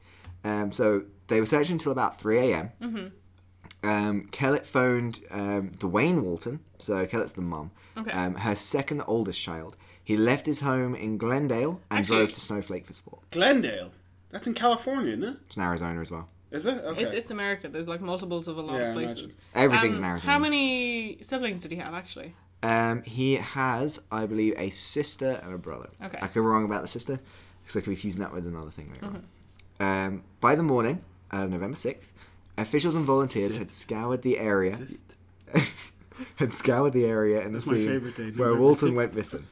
B: Um, so they were searching until about 3 a.m. Mm-hmm. Um, Kellett phoned um, Dwayne Walton, so Kellett's the mum,
A: Okay.
B: um, her second oldest child. He left his home in Glendale and
A: Actually-
B: drove to Snowflake for sport.
C: Glendale. That's in California, isn't it?
B: It's in Arizona as well.
C: Is it? Okay.
A: It's, it's America. There's like multiples of a lot
C: Yeah, I
A: of places.
B: Everything's
A: Um,
B: in
A: How
B: Arizona.
A: many siblings did he have actually?
B: Um, he has, I believe, a sister and a brother.
A: Okay.
B: I could be wrong about the sister because I could be fusing that with another thing later
A: Mm-hmm.
B: on. Um, by the morning of November 6th, officials and volunteers had scoured the area. had scoured the area in the
C: my
B: scene
C: favourite day,
B: where
C: November
B: Walton
C: 6th.
B: went missing.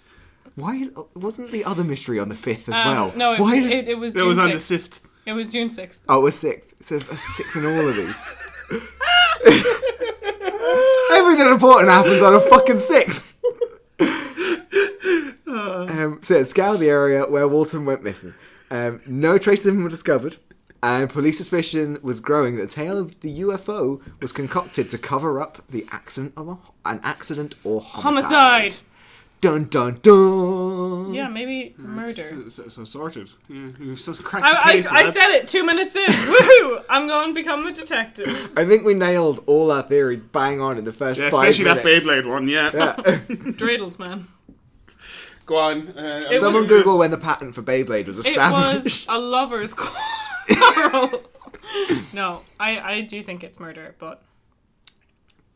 B: Why wasn't the other mystery on the 5th as
A: Um,
B: well?
A: no, it
B: Why
A: was,
B: did-
A: it, it was
C: it
A: June
C: was on the
A: 6th.
C: fifth.
A: It was June 6th.
B: Oh, it was 6th. It says a 6th in all of these. Everything important happens on a fucking six. um, so it scoured the area where Walton went missing. Um, no trace of him were discovered, and police suspicion was growing that the tale of the UFO was concocted to cover up the accident of a, an accident or homicide.
A: Homicide.
B: Dun dun dun.
A: Yeah, maybe murder.
C: So, so, so sorted. Yeah, we've so cracked the
A: I,
C: case,
A: I, I
C: lads.
A: said it two minutes in. Woohoo! I'm going to become a detective.
B: I think we nailed all our theories bang on in the first
C: Yeah,
B: five
C: especially that
B: minutes.
C: Beyblade one. Yeah.
B: Yeah.
A: Dreidels, man.
C: Go on. Uh,
A: It
B: Someone
A: was-
B: Google when the patent for Beyblade was
A: It
B: established.
A: was a lover's quarrel. no, I, I do think it's murder, but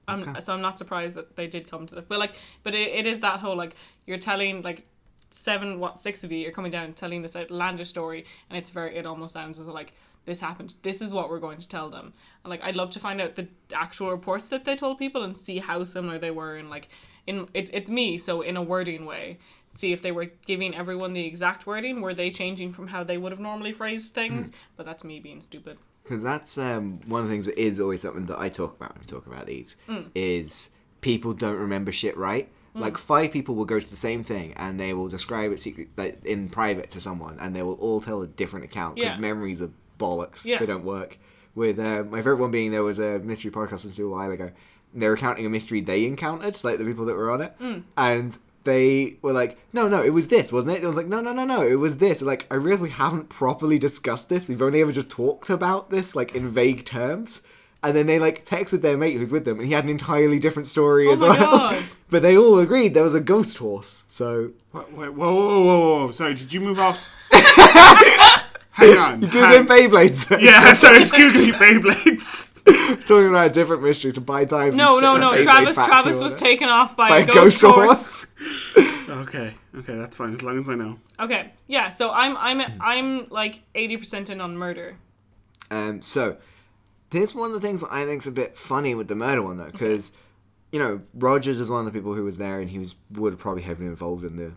A: I'm, so I'm not surprised that they did come to the. But like, but it, it is that whole like you're telling like seven what six of you are coming down telling this outlandish story, and it's very it almost sounds as though, like this happened. This is what we're going to tell them. And like, I'd love to find out the actual reports that they told people and see how similar they were and like. In, it's, it's me, so in a wording way, see if they were giving everyone the exact wording. Were they changing from how they would have normally phrased things? But that's me being stupid.
B: because that's um, one of the things that is always something that I talk about when we talk about these
A: Mm.
B: is people don't remember shit right. Like five people will go to the same thing and they will describe it secret like, in private to someone, and they will all tell a different account because
A: Yeah.
B: memories are bollocks.
A: Yeah.
B: They don't work. With uh, my favorite one being there was a mystery podcast I to a while ago. And they were recounting a mystery they encountered, like the people that were on it,
A: Mm.
B: and they were like, "No, no, it was this, wasn't it?" It was like, "No, no, no, no, it was this." Like I realize we haven't properly discussed this. We've only ever just talked about this, like in vague terms. And then they like texted their mate who's with them, and he had an entirely different story as
A: Oh my
B: well.
A: God.
B: but they all agreed there was a ghost horse. So
C: Wait, wait, whoa, whoa, whoa, whoa! Sorry, did you move off? Hang on.
B: Google
C: hang-
B: Beyblades.
C: yeah, sorry, it's googling Beyblades.
B: so we went on a different mystery to buy time.
A: No,
B: Just
A: no,
B: get
A: no.
B: the Beyblade
A: Travis,
B: facts
A: Travis
B: in
A: was
B: order.
A: taken off by,
B: by
A: a ghost, horse.
C: Okay, okay, that's fine as long as I know.
A: Okay, yeah. So I'm, I'm, I'm like eighty percent in on murder.
B: Um, so here's one of the things that I think's a bit funny with the murder one though, because you know Rogers is one of the people who was there, and he was would have probably have been involved in the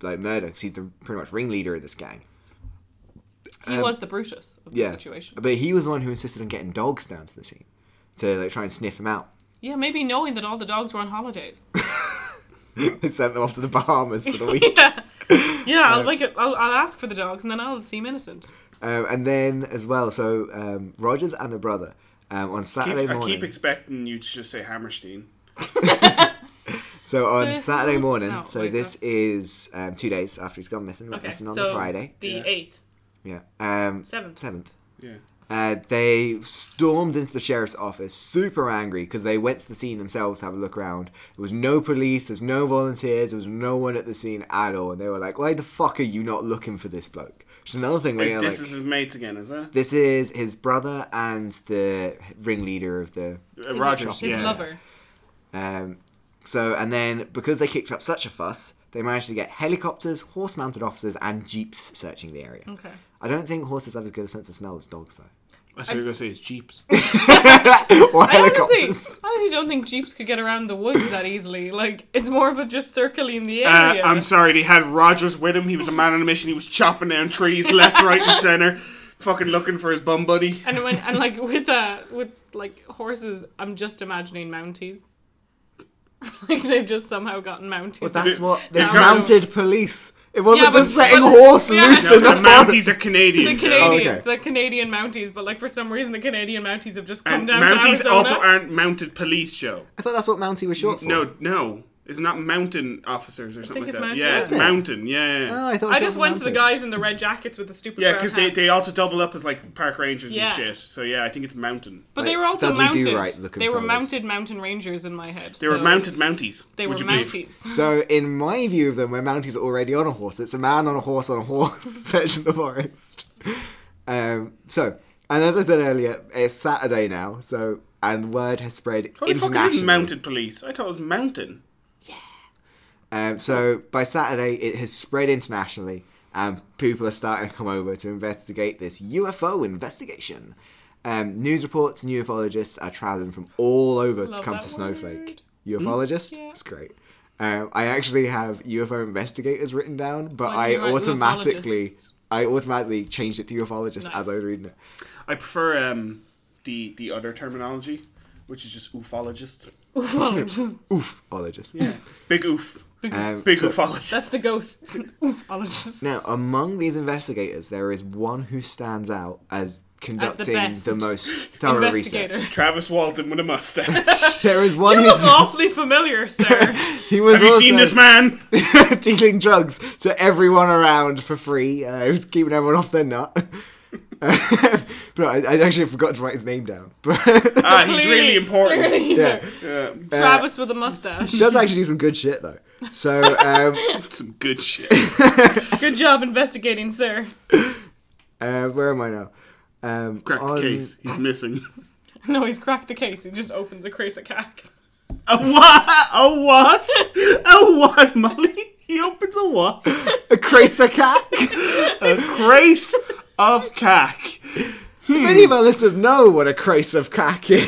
B: like murder because he's the pretty much ringleader of this gang.
A: He was the Brutus of
B: Um, Yeah,
A: the situation.
B: but he was the one who insisted on getting dogs down to the scene to like try and sniff him out.
A: Yeah, maybe knowing that all the dogs were on holidays.
B: They sent them off to the Bahamas for the week. Uh,
A: yeah, yeah. I'll make it. I'll, I'll ask for the dogs, and then I'll seem innocent.
B: um, and then as well, so um, Rogers and the brother um, on
C: Keep,
B: Saturday
C: I
B: morning.
C: keep expecting you to just say Hammerstein.
B: So on
A: The
B: Saturday
A: house-
B: morning,
A: no,
B: so
A: wait,
B: this
A: that's-
B: is um, two days after he's gone missing. Went
A: Okay,
B: missing on
A: so
B: the Friday.
A: the
C: Yeah.
A: eighth,
B: Yeah. Um,
A: Seventh.
B: Seventh.
C: Yeah.
B: Uh, they stormed into the sheriff's office, super angry, because they went to the scene themselves to have a look around. There was no police, there was no volunteers, there was no one at the scene at all, and they were like, "Why the fuck are you not looking for this bloke?" Which is another thing where
C: Wait,
B: you're
C: this
B: like,
C: is his mates again, is it?
B: "This is his brother and the ringleader of the
C: Uh, Rogers,
A: his
C: yeah.
A: lover.
B: Um, so, and then because they kicked up such a fuss, they managed to get helicopters, horse mounted officers, and jeeps searching the area.
A: Okay.
B: I don't think horses have as good a sense of smell as dogs, though.
C: I should go say his Jeeps.
B: or
A: I honestly,
B: helicopters.
A: I honestly don't think jeeps could get around the woods that easily. Like it's more of a just circling the
C: Uh,
A: area.
C: I'm sorry, they had Rogers with him. He was a man on a mission. He was chopping down trees left, right, and center, fucking looking for his bum buddy.
A: and when and like with uh with like horses, I'm just imagining mounties. like they've just somehow gotten mounties.
B: But that's
C: Th-
B: what
C: this
B: there's
C: guy-
B: mounted police. It wasn't
A: Yeah, but-
B: just setting
A: but-
B: horse
A: yeah.
B: loose
C: No,
B: in the,
C: the
B: forest.
C: Mounties are Canadian.
A: the
C: Joe.
A: Canadian,
B: Oh, okay.
A: the Canadian Mounties, but like for some reason the Canadian Mounties have just come
C: And
A: down
C: Mounties
A: to
C: also
A: Arizona.
C: aren't mounted police, Joe.
B: I thought that's what Mountie was short for.
C: No, no. It's not mountain officers or something
A: think it's
C: like that.
A: mounted,
C: yeah,
A: yeah.
C: it's
A: Yeah.
C: mountain. Yeah, yeah,
B: Oh,
C: yeah.
B: I, thought it was
A: I just
B: short for
A: went to the
B: mounted.
A: guys in the red jackets with the stupid.
C: Yeah,
A: brown
C: because they,
A: hats.
C: they also double up as like park rangers
A: Yeah.
C: and shit. So yeah, I think it's mountain.
A: But
B: Like
A: they were also
B: Dudley
A: mounted.
B: Do-right looking
A: they were
B: fellas.
A: mounted mountain rangers in my head.
C: They were
A: so
C: mounted mounties.
A: They were
C: would you believe?
A: mounties.
B: So, in my view of them, where Mounties are already on a horse, it's a man on a horse on a horse searching the forest. Um, so, and as I said earlier, it's Saturday now, so and word has spread
C: Holy fuck, it
B: internationally.
C: is mounted police. I thought it was mountain.
B: Um, so by Saturday, it has spread internationally, and people are starting to come over to investigate this UFO investigation. Um, news reports and ufologists are traveling from all over to
A: Love
B: come
A: that
B: to Snowflake.
A: word.
B: Ufologist?
A: Yeah.
B: It's great. Um, I actually have UFO investigators written down, but
A: Why
B: I
A: didn't you write
B: automatically, I automatically changed it to ufologist as
A: Nice.
B: I was reading it.
C: I prefer um, the the other terminology, which is just ufologist.
A: Oofologist.
B: Oofologist. Yeah.
C: Big oof.
A: Big,
B: Um,
C: Big
B: so-
C: oofologist.
A: that's the ghosts. Oofologist.
B: now, among these investigators, there is one who stands out as conducting
A: best
B: the most thorough
A: Investigator.
B: research.
C: Travis Walton with a mustache.
B: There is one
A: You
B: who's
A: look awfully familiar, sir.
B: he was
C: Have you
B: also
C: seen this man?
B: dealing drugs to everyone around for free. Uh, he was keeping everyone off their nut. Uh, but I, I actually forgot to write his name down. But
C: Ah, he's really
A: Clearly-
C: important.
A: clearly he's
B: yeah,
A: a-
C: Yeah,
A: Travis with a mustache.
B: does actually do some good shit though. So um,
C: some good shit.
A: Good job investigating, sir.
B: uh, where am I now? Um,
C: Crack the
B: on-
C: case. He's missing.
A: No, he's cracked the case. He just opens a case of cack.
C: A what? A what? A what, Molly? He opens a what?
B: A crazy cat.
C: A grace of cack.
B: Many of our listeners know what a crace of cack is.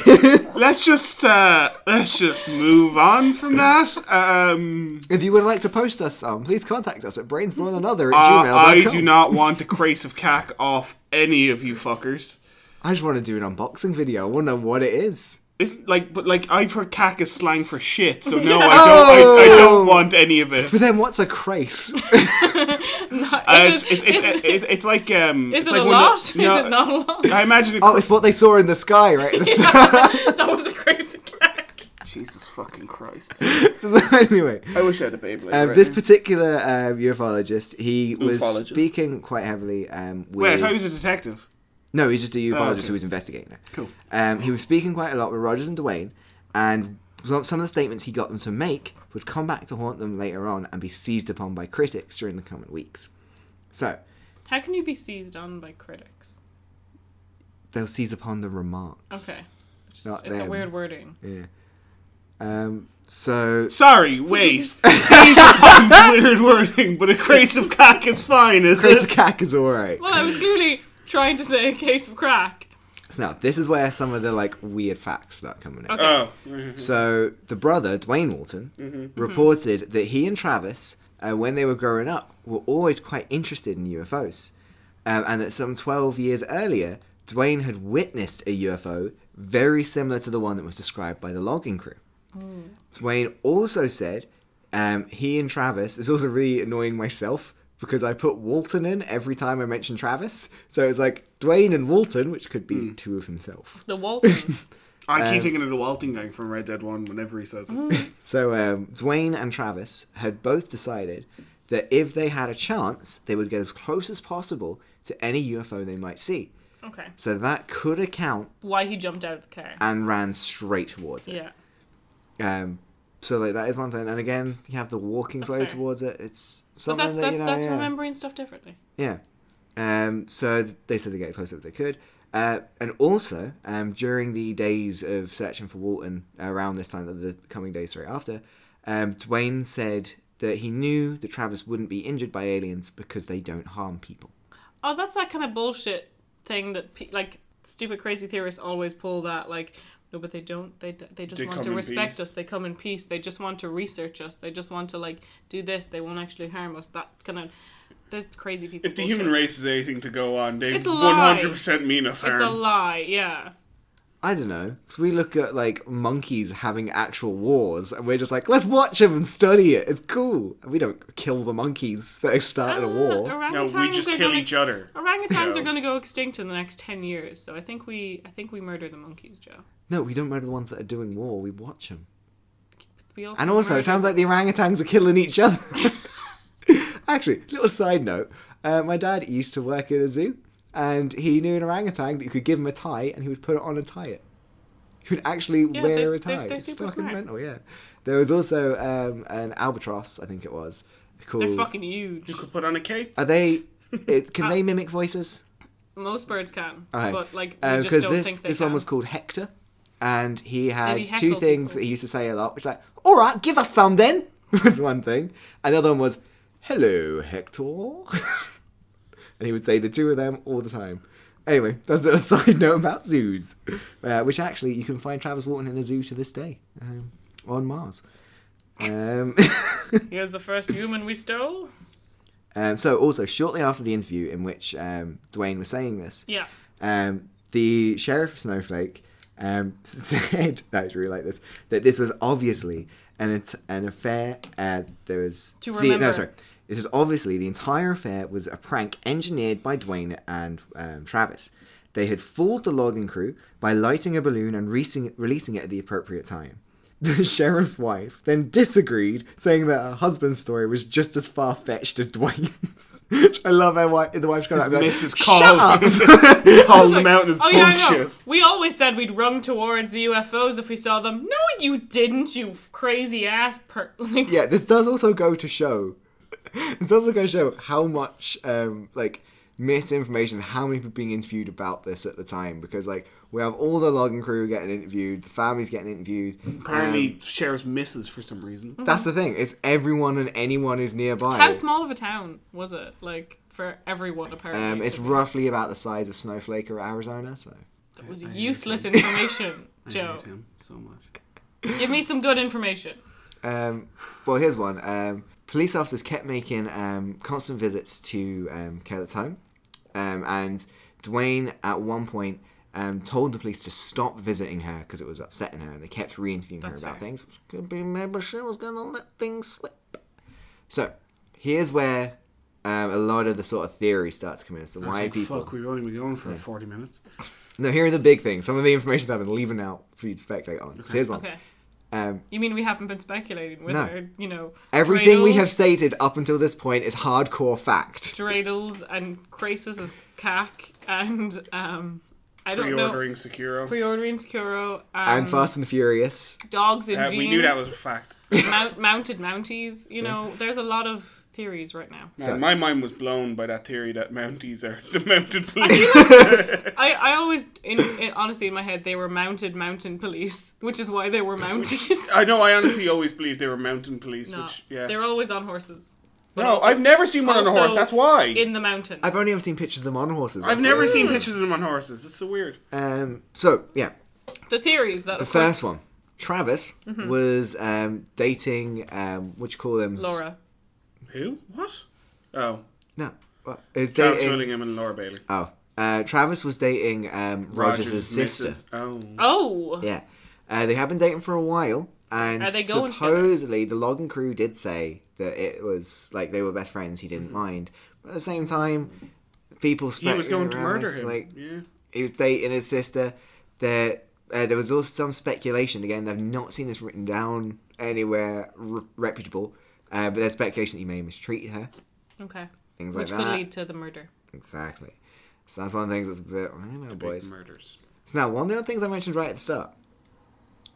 C: Let's just uh let's just move on from that. Um
B: if you would like to post us some, please contact us at brainsmorethanother at
C: uh,
B: gmail.com.
C: I do not want the crace of cack off any of you fuckers.
B: I just want to do an unboxing video. I want to know what it is.
C: It's like but like I've heard cack is slang for shit, so no I don't I, I don't
B: Oh.
C: want any of it.
B: But then what's a crace?
C: Uh,
A: Is
C: it's,
A: it-
C: it's, it's, it's, it's, it's like um
A: Is
C: it's
A: it
C: like
A: a
C: one of
A: lot?
C: the- no,
A: Is it not a lot?
C: I imagine a
B: oh, it's what they saw in the sky, right? at The start.
A: that was a crazy cack.
C: Jesus fucking Christ.
B: anyway.
C: I wish I had a Beyblade.
A: Uh,
B: Um,
C: right
B: this
C: now.
B: particular um, ufologist, he was
C: Ufologist.
B: speaking quite heavily um, with.
C: Wait, I thought he was a detective.
B: No, he's just a ufologist
C: okay.
B: who was investigating it.
C: Cool.
B: Um, he was speaking quite a lot with Rogers and Dwayne, and some some of the statements he got them to make would come back to haunt them later on and be seized upon by critics during the coming weeks. So
A: How can you be seized on by critics?
B: they'll seize upon the remarks.
A: Okay. It's, just-
B: Not
A: it's a
B: them.
A: weird wording.
B: Yeah. Um. So
C: Sorry, wait. Seize upon weird wording, but a craze of cock is fine, is
B: Chris
C: it?
B: Cack is all right.
A: Well, I was clearly trying to say a case of crack.
B: So now this is where some of the like weird facts start coming in.
C: Oh.
B: So the brother, Dwayne Walton, reported that he and Travis, uh, when they were growing up, were always quite interested in UFOs, um, and that some 12 years earlier, Dwayne had witnessed a UFO very similar to the one that was described by the logging crew. Dwayne also said um, he and Travis is also really annoying myself because I put Walton in every time I mention Travis, so it's like Dwayne and Walton, which could be two of himself.
A: The Waltons.
C: I
A: Um,
C: keep thinking of the Walton gang from Red Dead 1 whenever he says
A: Mm-hmm.
C: it.
B: So um, Dwayne and Travis had both decided that if they had a chance, they would get as close as possible to any UFO they might see.
A: Okay.
B: So that could account
A: Why he jumped out of the car.
B: and ran straight towards it.
A: Yeah.
B: Um, so like that is one thing. And again, you have the walking slow
A: fair.
B: towards it. It's
A: But
B: something
A: that's,
B: that
A: that's,
B: you know.
A: that's
B: yeah.
A: remembering stuff differently.
B: Yeah. Um, so th- they said they get as close as they could. Uh, and also, um, during the days of searching for Walton around this time, the- the coming days straight after, um, Dwayne said that he knew that Travis wouldn't be injured by aliens because they don't harm people.
A: Oh, that's that kind of bullshit thing that pe- like stupid crazy theorists always pull that like no, but they don't. They d- they just
C: They
A: want
C: come
A: to
C: in
A: respect
C: peace.
A: us. They come in peace. They just want to research us. They just want to like do this. They won't actually harm us. That kind of there's crazy people.
C: If the
A: bullshit.
C: human race is anything to go on, they
A: It's a
C: 100% mean us
A: it's a
C: harm.
A: lie. Yeah.
B: I don't know. Because we look at like monkeys having actual wars and we're just like, let's watch them and study it. It's cool. And we don't kill the monkeys that have started
A: Ah,
B: a war.
C: No,
A: Orangutans
C: we just
A: are
C: kill
A: gonna,
C: each other.
A: Orangutans
C: No.
A: are going to go extinct in the next ten years, so I think we I think we murder the monkeys, Joe.
B: No, we don't murder the ones that are doing war. We watch them.
A: We also
B: And also,
A: murder-
B: it sounds like the orangutans are killing each other. Actually, little side note: uh, my dad used to work at a zoo, and he knew an orangutan that you could give him a tie, and he would put it on and tie it. He would actually wear
A: they-
B: a tie.
A: they're- they're
B: It's
A: super
B: fucking
A: smart.
B: mental, yeah. There was also um, an albatross, I think it was. Called.
A: they're fucking huge.
C: You could put on a cape.
B: Are they? It,
A: Uh,
B: can they mimic voices?
A: Most birds can,
B: Okay.
A: but like we
B: Uh,
A: just
B: because
A: don't
B: this
A: think they
B: this
A: can.
B: one was called Hector, and he had
A: he
B: two
A: heckle
B: things
A: people?
B: that he used to say a lot, which like, "All right, give us some then," was one thing. Another one was, "Hello, Hector," and he would say the two of them all the time. Anyway, that's a little side note about zoos, uh, which actually you can find Travis Walton in a zoo to this day um, on Mars. Um,
A: Here's the first human we stole.
B: um, so also shortly after the interview in which um, Dwayne was saying this,
A: Yeah.
B: um, the sheriff of Snowflake um, said, I actually really like this, that this was obviously an, at- an affair. Uh, there was.
A: To
B: the- no,
A: remember.
B: sorry. This is obviously the entire affair was a prank engineered by Dwayne and um, Travis. They had fooled the logging crew by lighting a balloon and releasing, releasing it at the appropriate time. The sheriff's wife then disagreed, saying that her husband's story was just as far fetched as Dwayne's. Which I love how wi- the wife's kind of like,
C: Mrs.
B: "Shut up!"
C: Calls, calls
A: Like,
C: them out as
A: oh yeah, I know.
C: bullshit.
A: We always said we'd run towards the UFOs if we saw them. No, you didn't, you crazy ass per. Like,
B: yeah, this does also go to show. This does also go to show how much um, like misinformation, how many people being interviewed about this at the time, because like we have all the logging crew getting interviewed, the families getting interviewed.
C: Apparently,
B: um,
C: sheriff's misses for some reason.
B: that's the thing. It's everyone and anyone who's nearby.
A: how small of a town was it? Like for everyone apparently.
B: um, it's roughly about the size of Snowflake or Arizona. So
A: it was useless information, Joe.
C: him so much.
A: Give me some good information.
B: Um, well, here's one. Um, police officers kept making um, constant visits to um, Caleb's home, um, and Dwayne at one point um, told the police to stop visiting her because it was upsetting her, and they kept re-interviewing
A: That's
B: her about
A: fair.
B: things. Which could be maybe she was gonna let things slip. So here's where um, a lot of the sort of theories start to come in. So why
C: Like,
B: people?
C: Fuck, we've only been going for 40 minutes.
B: No, here are the big things. Some of the information that I've been leaving out for you to speculate on. So here's one.
A: Okay.
B: Um,
A: You mean we haven't been speculating with
B: No.
A: our, you know,
B: Everything we
A: dreidels,
B: have stated up until this point is hardcore fact.
A: dreidels and craces of cack and um, I don't know
C: Pre-ordering Sekiro.
A: pre-ordering Sekiro and,
C: Mm.
B: and Fast and the Furious.
A: dogs in
C: Uh,
A: jeans.
C: we knew that was a fact.
A: mount, mounted mounties. You know, there's a lot of theories right now.
C: Man, my mind was blown by that theory that Mounties are the mounted police.
A: I, I always, in, in, honestly, in my head, they were mounted mountain police, which is why they were mounties.
C: I know. I honestly always believed they were mountain police.
A: No,
C: Which yeah.
A: They're always on horses. But
C: no,
A: also
C: I've never seen one on a
A: also
C: horse. That's why.
A: in the mountains.
B: I've only ever seen pictures of them on horses.
C: I've
B: that's
C: never
B: all.
C: seen pictures of them on horses. It's so weird.
B: Um, so yeah,
A: the theories that
B: the
A: of course,
B: first one. Travis
C: Mm-hmm.
B: was um, dating um, what do you call them?
A: Laura.
C: Who? What? Oh,
B: No, what? is
C: Travis
B: dating.
C: Willingham and Laura Bailey.
B: Oh, uh, Travis was dating um, Rogers', sister.
C: missus. Oh,
A: Oh,
B: Yeah, uh, they have been dating for a while, and
A: Are they going together?
B: supposedly the logging crew did say that it was like they were best friends. He didn't mind, but at the same time, people
C: Mm. he was
B: speculating
C: going to
B: around
C: murder
B: this,
C: him.
B: Like,
C: yeah.
B: he was dating his sister. There, uh, there was also some speculation. Again, I've not seen this written down anywhere re- reputable, uh, but there's speculation that he may have mistreated her,
A: okay.
B: things like
A: Which
B: that.
A: could lead to the murder.
B: Exactly. So that's one of the things that's a bit. I don't know, boys.
C: Big murders.
B: So now, one of the other things I mentioned right at the start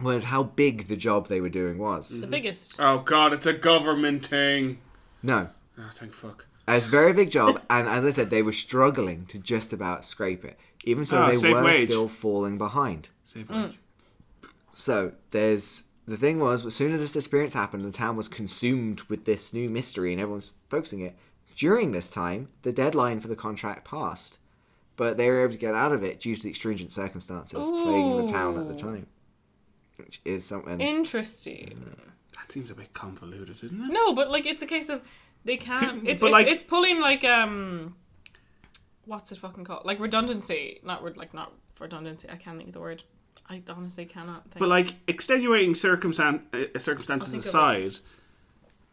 B: was how big the job they were doing was.
A: The biggest.
C: Oh God, it's a government thing.
B: No,
C: Oh, thank fuck.
B: it's a very big job, and as I said, they were struggling to just about scrape it. Even so,
C: Ah,
B: they
C: save
B: were
C: wage.
B: still falling behind.
C: Save
A: Mm.
C: wage.
B: So there's the thing was as soon as this experience happened, the town was consumed with this new mystery, and everyone's focusing it. During this time, the deadline for the contract passed, but they were able to get out of it due to the extringent circumstances plaguing the town at the
A: Ooh.
B: time, which is something.
A: Interesting.
C: That seems a bit convoluted, isn't it?
A: No, but like it's a case of they can't. It's
C: But,
A: it's,
C: like-
A: it's pulling like um, what's it fucking called? Like redundancy. Not red, like not redundancy. I can't think of the word. I honestly cannot think.
C: But like extenuating circumstan- uh, circumstances
A: I'll think
C: aside,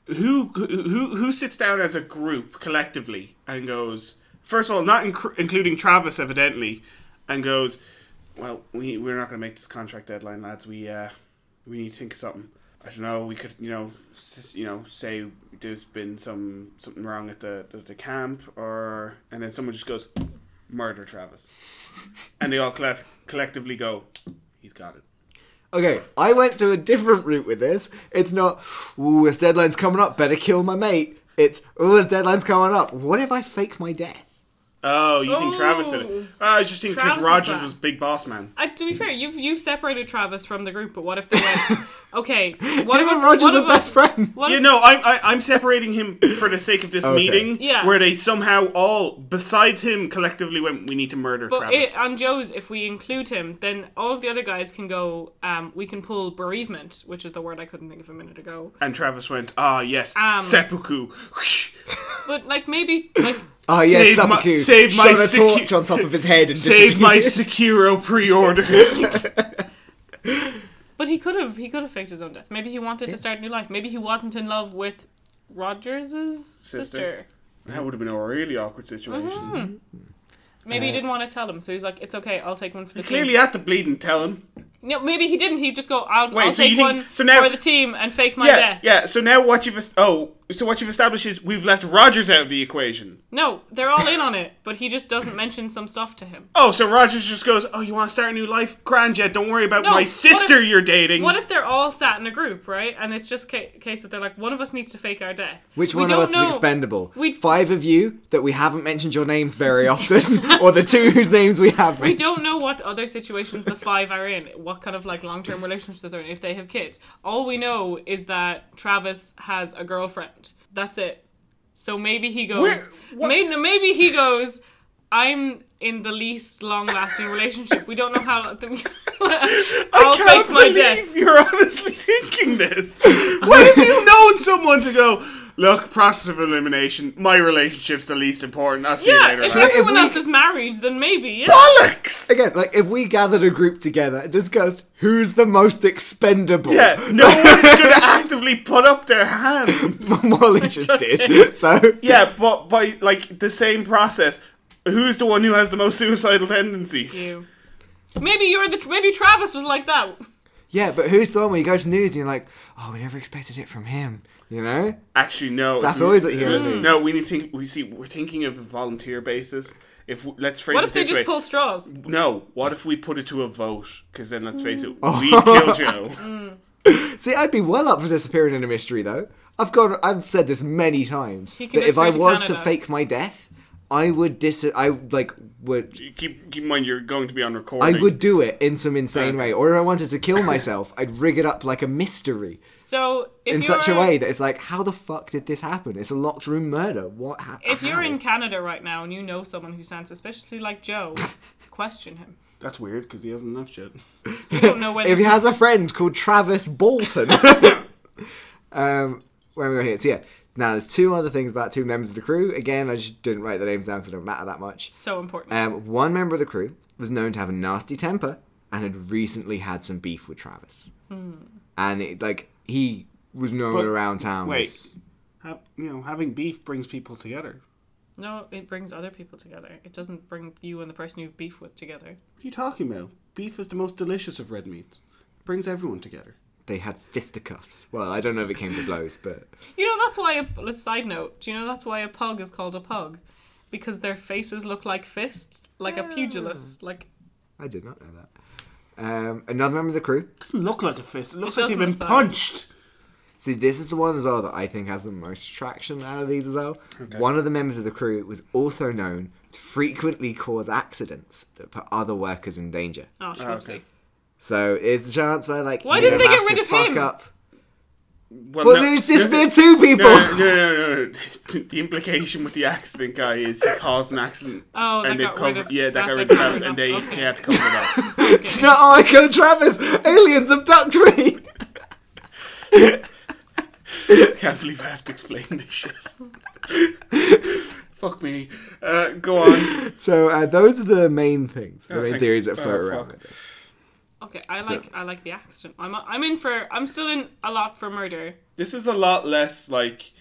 C: who who who sits down as a group collectively and goes first of all, not inc- including Travis evidently, and goes, well, we we're not going to make this contract deadline, lads. We uh we need to think of something. I don't know. We could you know s- you know say there's been some something wrong at the at the camp or and then someone just goes murder Travis, and they all collect- collectively go, he's got it.
B: Okay, I went to a different route with this. It's not, ooh, this deadline's coming up, better kill my mate. It's, ooh, this deadline's coming up. What if I fake my death?
C: Oh, you think Travis did it?
A: Oh.
C: Uh, I just think
A: Travis
C: Chris
A: is
C: Rogers
A: back.
C: was big boss man.
A: I, to be fair, you've you've separated Travis from the group, but what if they went? okay, one
B: Him
A: of
B: and
A: us.
B: Roger's
A: one
B: are
A: of
B: best
A: us-
B: friends.
A: One
C: You
A: of-
C: know, I'm I, I'm separating him for the sake of this meeting,
A: Yeah.
C: where they somehow all, besides him, collectively went, "We need to murder
A: but
C: Travis."
A: it, uh, on Joe's, if we include him, then all of the other guys can go. Um, we can pull bereavement, which is the word I couldn't think of a minute ago.
C: and Travis went, "Ah, yes,
A: Um,
C: seppuku."
A: But like maybe like
B: Oh, yeah,
C: Save my-
B: Seppuku.
C: save my
B: Shone a
C: secu-
B: torch on top of his head and
C: Save my
B: disappeared.
C: Sekiro pre-order.
A: But he could have he could have faked his own death. Maybe he wanted to start a new life. Maybe he wasn't in love with Rogers's sister.
C: That would have been a really awkward situation.
A: Mm-hmm. Maybe he didn't want to tell him, so he's like, "It's okay, I'll take one for the
C: Clearly,
A: team."
C: had to bleed and tell him.
A: No, maybe he didn't. He just go, "I'll,
C: Wait,
A: I'll
C: so you
A: take
C: think-
A: one
C: so now-
A: for the team and fake my
C: yeah,
A: death."
C: yeah. So now what you've es- oh, so what you've established is we've left Rogers out of the equation.
A: No, they're all in on it, but he just doesn't mention some stuff to him.
C: Oh, so Rogers just goes, oh, you want to start a new life? Grand Jet, don't worry about
A: No,
C: my
A: what
C: sister
A: if-
C: you're dating.
A: What if they're all sat in a group, right? And it's just ca- case that they're like, one of us needs to fake our death.
B: Which
A: We
B: one of
A: don't
B: us
A: know-
B: is expendable?
A: we-
B: Five of you that we haven't mentioned your names very often, or the two whose names we have
A: We
B: mentioned.
A: don't know what other situations the five are in, what kind of like long term relationships they're in, if they have kids. All we know is that Travis has a girlfriend. That's it. So maybe he goes.
C: Where- what-
A: Maybe, maybe he goes. I'm in the least long lasting relationship. We don't know how. I'll
C: I can't
A: fake my
C: believe
A: death.
C: you're honestly thinking this. When have you known someone to go? Look, process of elimination. My relationship's the least important. I'll see
A: Yeah,
C: you
A: if
C: later. lads."
A: everyone
B: we-
A: else is married, then maybe. Yeah.
C: Bollocks.
B: Again, like if we gathered a group together and discussed who's the most expendable,
C: Yeah, no one's going to actively put up their hand.
B: Molly just,
A: Just
B: did.
A: did.
B: So
C: Yeah, but by like the same process, who's the one who has the most suicidal tendencies?
A: you. Maybe you're the maybe Travis was like that.
B: yeah, but who's the one where you go to news and you're like, oh, we never expected it from him, you know?
C: Actually, no.
B: That's
C: it's-
B: always what you're doing.
C: No, we need to think. We see. We're thinking of a volunteer basis. If w- let's phrase
A: What
C: it
A: if they
C: this
A: just
C: way.
A: pull straws?
C: no. What if we put it to a vote? Because then let's face it, we
B: Mm.
C: kill Joe.
B: See, I'd be well up for disappearing in a mystery though. I've gone. I've said this many times.
A: He can
B: That if I
A: disappear to
B: was to
A: Canada.
B: fake my death, I would dis. I like would.
C: keep keep in mind you're going to be on
B: I
C: recording.
B: would do it in some insane way. Or if I wanted to kill myself, I'd rig it up like a mystery
A: So if
B: in
A: you're,
B: such a way that it's like, how the fuck did this happen? It's a locked room murder. What happened?
A: if you're in Canada right now and you know someone who sounds suspiciously like Joe, question him.
C: That's weird because he hasn't left yet.
A: You don't know whether
B: if he
A: this
B: has
A: is-
B: a friend called Travis Bolton. um, where am I going here? So yeah, now there's two other things about two members of the crew. Again, I just didn't write the names down because they don't matter that much.
A: so important.
B: Um, one member of the crew was known to have a nasty temper and had recently had some beef with Travis.
A: Hmm.
B: And it, like he was known
C: But-
B: around town.
C: Wait,
B: as-
C: ha- you know, having beef brings people together.
A: no, it brings other people together. It doesn't bring you and the person you've beef with together.
C: What are you talking about? Beef is the most delicious of red meats. brings everyone together.
B: they had fisticuffs. Well, I don't know if it came to blows, but
A: You know that's why. A, a side note. Do you know that's why a pug is called a pug? Because their faces look like fists, like
B: Oh.
A: a pugilist, like
B: I did not know that. Um, another member of the crew.
C: doesn't look like a fist. It looks
A: It
C: like they've
A: doesn't
C: been
A: look like-
C: punched.
B: See, this is the one as well that I think has the most traction out of these as well. One of the members of the crew was also known to frequently cause accidents that put other workers in danger.
A: oh, schmoopsie.
B: So it's the chance where like
A: Why
B: he
A: didn't
B: had a
A: they get rid
B: massive
A: of
B: fuck
A: him?
B: Up.
C: Well,
B: Well,
C: no-
B: there's disappeared two people.
C: No, no, no, no, no. The implication with the accident guy is he caused an accident.
A: Oh, that
C: and they've
A: got rid
C: covered.
A: of-
C: yeah,
A: that
C: that, got
A: they
C: rid of
A: covered
C: Travis, and
A: up.
C: they,
A: Okay.
C: they had to cover it up.
B: It's not how I go, Travis. Aliens abduct me.
C: Can't believe I have to explain this shit. Fuck me. Uh, go on.
B: So uh, those are the main things, the
C: Oh,
B: main
C: thank
B: theories
C: you.
B: that float
C: Oh,
B: around
C: fuck.
B: with this.
A: Okay, I like I like the accident. I'm I'm in for I'm still in a lot for murder.
C: This is a lot less like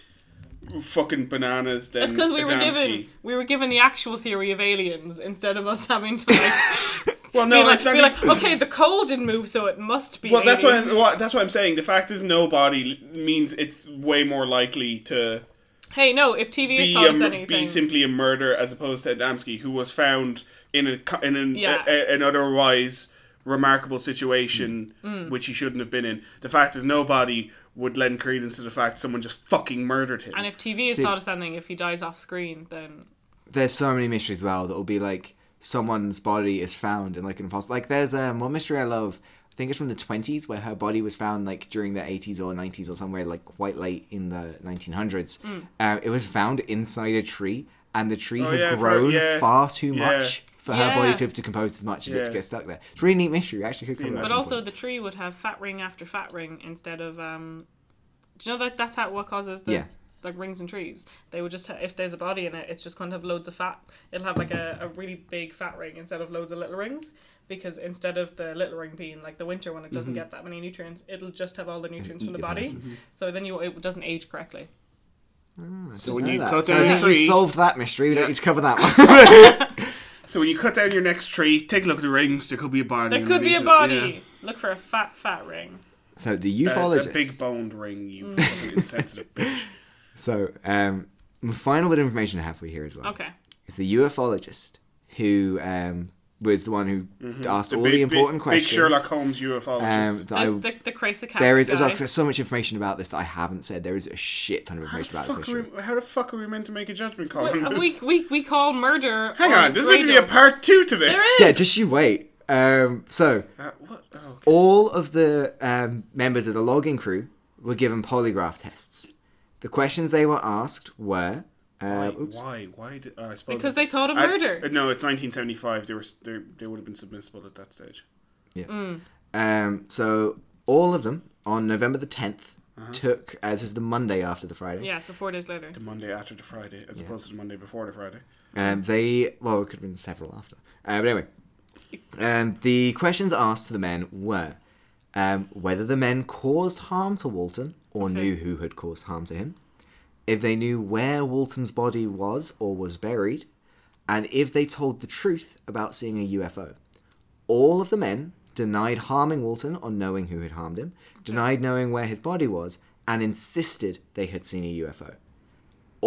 C: fucking bananas than
A: That's
B: Mm,
A: because we were
C: Adamski.
A: given we were given the actual theory of aliens instead of us having to like,
C: Well,
A: be,
C: no,
A: like,
C: it's not
A: be
C: even-
A: like "Oh, okay the coal didn't move so it must be.
C: Well, that's what, I'm,
A: aliens."
C: what that's what I'm saying. The fact is, nobody means it's way more likely to
A: Hey, no, if TV has
C: be,
A: taught us
C: a,
A: anything,
C: be simply a murder as opposed to Adamski, who was found in a co- in an,
A: Yeah.
C: a- a- an otherwise remarkable situation
A: Mm.
C: which he shouldn't have been in. The fact is, nobody would lend credence to the fact someone just fucking murdered him.
A: and if TV has taught us anything, if he dies off screen, then
B: There's so many mysteries as well that will be like someone's body is found in like an impossible. Like there's um one mystery I love. I think it's from the 20s where her body was found like during the 80s or 90s or somewhere like quite late in the 1900s.
A: Mm.
B: Uh, it was found inside a tree and the tree had
C: Oh, yeah, I've heard-
B: grown
C: yeah.
B: far too
C: Yeah.
B: much for her
A: Yeah.
B: body to have decompose as much as it
C: Yeah.
B: to get stuck there. It's a really neat mystery. We actually could cover that.
C: that.
B: at
A: but
B: some
A: also
B: point.
A: the tree would have fat ring after fat ring instead of um. Do you know that that's how what causes the
B: Yeah.
A: like rings and trees. They would just ha- if there's a body in it, it's just going to have loads of fat. It'll have like a, a really big fat ring instead of loads of little rings because instead of the little ring being like the winter one, it doesn't get that many nutrients. It'll just have all the nutrients from
B: eat
A: the
B: Mm-hmm. it mm-hmm.
A: body.
B: as-
A: So then you it doesn't age correctly.
B: So
C: when you cut
B: so
C: down
B: I
C: a
B: think you
C: tree-
B: solved that mystery. We
C: Yeah.
B: don't need to cover that one.
C: So when you cut down your next tree, take a look at the rings. There could be a body.
A: There could be a
C: underneath it.
A: body. Look for a fat fat ring.
B: so the
C: Yeah. Uh, it's a
B: ufologist.
C: big boned ring, you
A: Mm.
C: fucking insensitive bitch.
B: So um, the final bit of information I have for you here as well
A: Okay.
B: is the ufologist who um, was the one who asked all
C: Mm-hmm. big,
B: the important
C: big,
B: questions.
C: Big Sherlock Holmes ufologist.
B: Um, that
A: The
B: I-
A: the, the Cresa cat.
B: there is
A: guy.
B: as well, 'cause there's so much information about this that I haven't said. There is a shit ton of information about this
C: Fuck
B: mystery.
C: are we- how the fuck are we meant to make a judgment call
A: Wait,
C: on
A: we,
C: this?
A: we, we call murder.
C: Hang on, this is meant to be a
A: Grado.
C: part two to this.
A: There is-
B: Yeah, just you wait. Um, so
C: Uh, what? Oh,
B: all of the um, members of the logging crew were given polygraph tests. The questions they were asked were, uh,
C: why,
B: oops,
C: why? Why did? Uh, I suppose
A: because
C: it's-
A: they thought of
C: I-
A: murder.
C: uh, no, it's 1975. They were s- they they would have been submissible at that stage.
B: yeah.
C: Mm.
B: Um, so all of them on November the 10th
C: Uh-huh.
B: took, uh, this is the Monday after the Friday.
A: yeah, so four days later.
C: The Monday after the Friday, as opposed to the Monday before the Friday.
B: Um, they well, it could have been several after. Uh, but anyway, um, the questions asked to the men were um, whether the men caused harm to Walton or knew who had caused harm to him, if they knew where Walton's body was or was buried, and if they told the truth about seeing a UFO. All of the men denied harming Walton or knowing who had harmed him, denied knowing where his body was, and insisted they had seen a UFO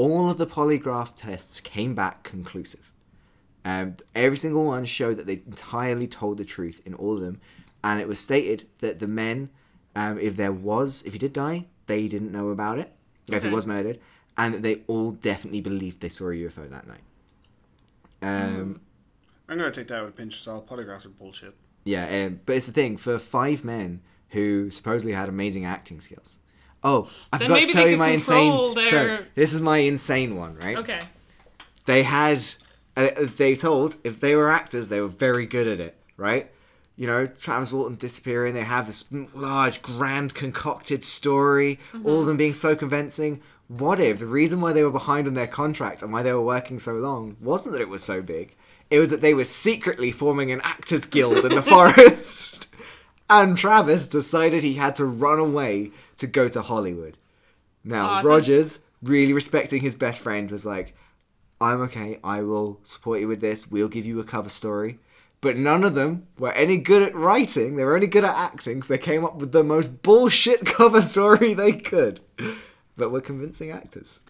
B: all of the polygraph tests came back conclusive. Um, every single one showed that they entirely told the truth in all of them, and it was stated that the men, um, if there was, if he did die, they didn't know about it, if he
A: Okay.
B: was murdered, and that they all definitely believed they saw a UFO that night. Um,
C: I'm gonna take that with a pinch of salt. Polygraphs are bullshit.
B: yeah, um, but it's the thing for five men who supposedly had amazing acting skills. Oh, I
A: Then
B: forgot to
A: maybe
B: tell
A: they
B: you
A: could
B: my
A: control
B: insane. So
A: their-
B: this is my insane one, right?
A: Okay.
B: they had uh, they told if they were actors they were very good at it right you know travis walton disappearing they have this large grand concocted story all of them being so convincing what if the reason why they were behind on their contract and why they were working so long wasn't that it was so big it was that they were secretly forming an actors guild in the forest and travis decided he had to run away to go to hollywood now,
A: I think-
B: Rogers, really respecting his best friend, was like, I'm okay, I will support you with this, we'll give you a cover story. But none of them were any good at writing, they were only good at acting, so they came up with the most bullshit cover story they could. But were convincing actors.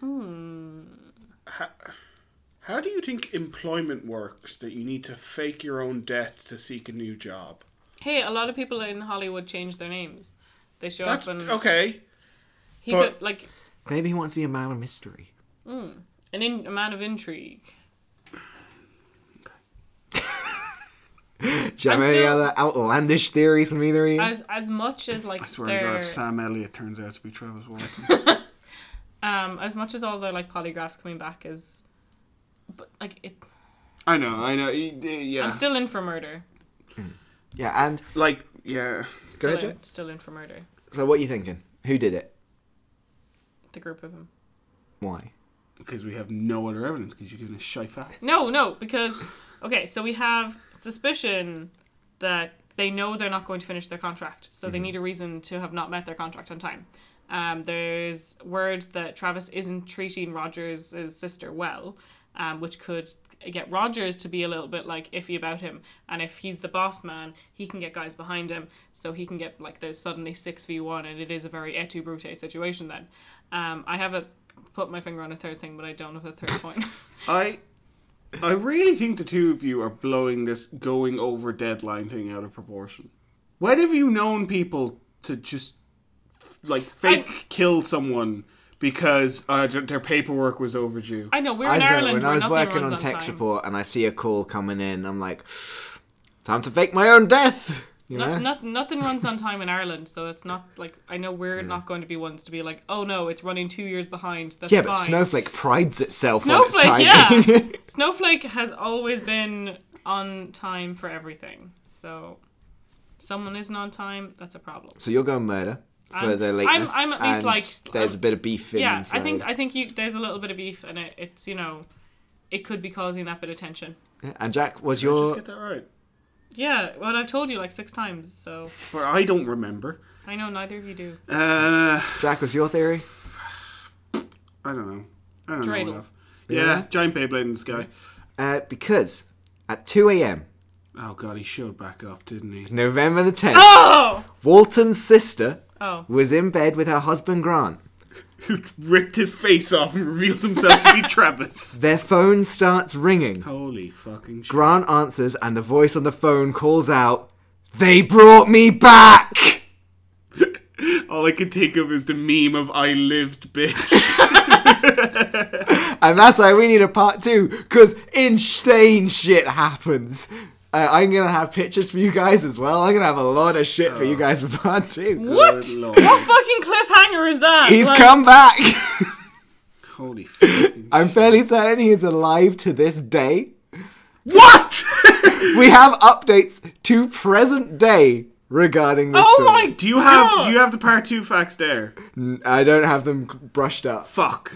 C: How do you think employment works? That you need to fake your own death to seek a new job.
A: Hey, a lot of people in Hollywood change their names. They show
C: That's
A: up and
C: okay.
A: he
C: but-
A: could like
B: Maybe he wanted to be a man of mystery.
A: an in, a man of intrigue.
B: Do you have
A: I'm
B: any
A: still-
B: other outlandish theories from either of you?
A: As as much as like
C: I swear to God,
A: their
C: if Sam Elliott turns out to be Travis Walton,
A: um as much as all their like polygraphs coming back is, but like it,
C: I know, I know. y- y- Yeah,
A: I'm still in for murder.
B: Yeah, and
C: like, yeah.
A: Still
B: ahead,
A: in,
B: Jack.
A: still in for murder.
B: so what are you thinking? Who did it?
A: The group of them.
B: Why?
C: Because we have no other evidence. Because you're giving a shy fact.
A: No, no, because okay, so we have suspicion that they know they're not going to finish their contract, so they need a reason to have not met their contract on time. Um, there's word that Travis isn't treating Rogers' sister well, um, which could get Rogers to be a little bit like iffy about him. And if he's the boss man, he can get guys behind him, so he can get like there's suddenly six v one, and it is a very et tu brute situation. Then um, I haven't put my finger on a third thing, but I don't have a third point.
C: I I really think the two of you are blowing this going over deadline thing out of proportion. When have you known people to just like fake kill someone because uh, th- their paperwork was overdue?
A: I know we're
B: I
A: in
B: swear,
A: Ireland.
B: when
A: where
B: I was
A: nothing
B: working
A: runs
B: on tech
A: time.
B: support and I see a call coming in, I'm like, time to fake my own death. You know?
A: No, no- nothing runs on time in Ireland, so it's not like I know we're not going to be ones to be like, oh no, it's running two years behind. That's
B: yeah,
A: fine.
B: but Snowflake prides itself on
A: Snowflake,
B: its timing.
A: yeah, Snowflake has always been on time for everything. So, someone isn't on time. That's a problem.
B: so you'll go murder. for
A: Um,
B: the
A: I'm-
B: lateness.
A: I'm at least,
B: and
A: like,
B: there's
A: I'm-
B: a bit of beef in.
A: yeah, I
B: so-
A: think I think you there's a little bit of beef and it. It's you know, it could be causing that bit of tension.
B: and Jack, was
C: Did I
B: your
C: just get that right.
A: Yeah, well I've told you like six times, so
C: But I don't remember.
A: I know neither of you do.
C: Uh,
B: Jack was your theory?
C: I don't know. I don't
A: Dreidel.
C: know enough. Yeah, giant Beyblade in the sky.
B: Uh, because at 2 a.m.
C: Oh god, he showed back up, didn't he?
B: November the 10th,
A: Oh,
B: Walton's sister
A: oh,
B: was in bed with her husband Grant.
C: Who ripped his face off and revealed himself to be Travis?
B: Their phone starts ringing.
C: Holy fucking shit!
B: Grant answers, and the voice on the phone calls out, "They brought me back."
C: All I could think of is the meme of "I lived, bitch."
B: And that's why we need a part two, because insane shit happens. Uh, I'm gonna have pictures for you guys as well. I'm gonna have a lot of shit for you guys for part two.
A: what?
C: Good lord.
A: What fucking cliffhanger is that?
B: He's
A: Like,
B: come back.
C: Holy fucking
B: I'm fairly certain he is alive to this day.
C: what?
B: We have updates to present day regarding this
A: Oh
B: story.
A: my!
C: do you have Do you have the part two facts there?
B: I don't have them brushed up.
C: Fuck,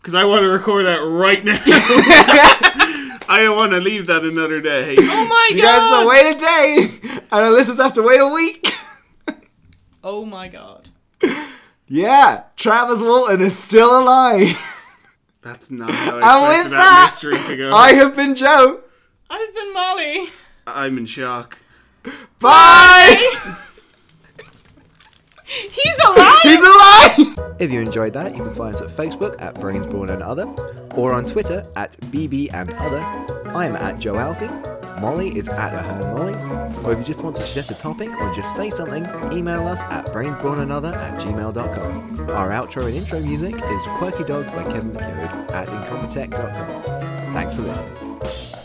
C: because I want to record that right now. I don't want to leave that another day.
A: Oh my
B: You guys have
A: god!
B: to wait a day, and our listeners have to wait a week.
A: oh my god!
B: Yeah, Travis Walton is still alive.
C: That's not how
B: And
C: I expected
B: with
C: that,
B: that,
C: mystery to go.
B: I have been Joe.
A: I've been Molly.
C: I'm in shock.
B: Bye.
A: He's alive.
B: He's alive! If you enjoyed that, you can find us at Facebook at Brains Brawn and Other, or on Twitter at BB and Other. I'm at Joe Alfie. Molly is at the Her Molly. Or if you just want to suggest a topic or just say something, email us at brainsbrawnanother at gmail.com. Our outro and intro music is Quirky Dog by Kevin McLeod at incompetech.com. Thanks for listening.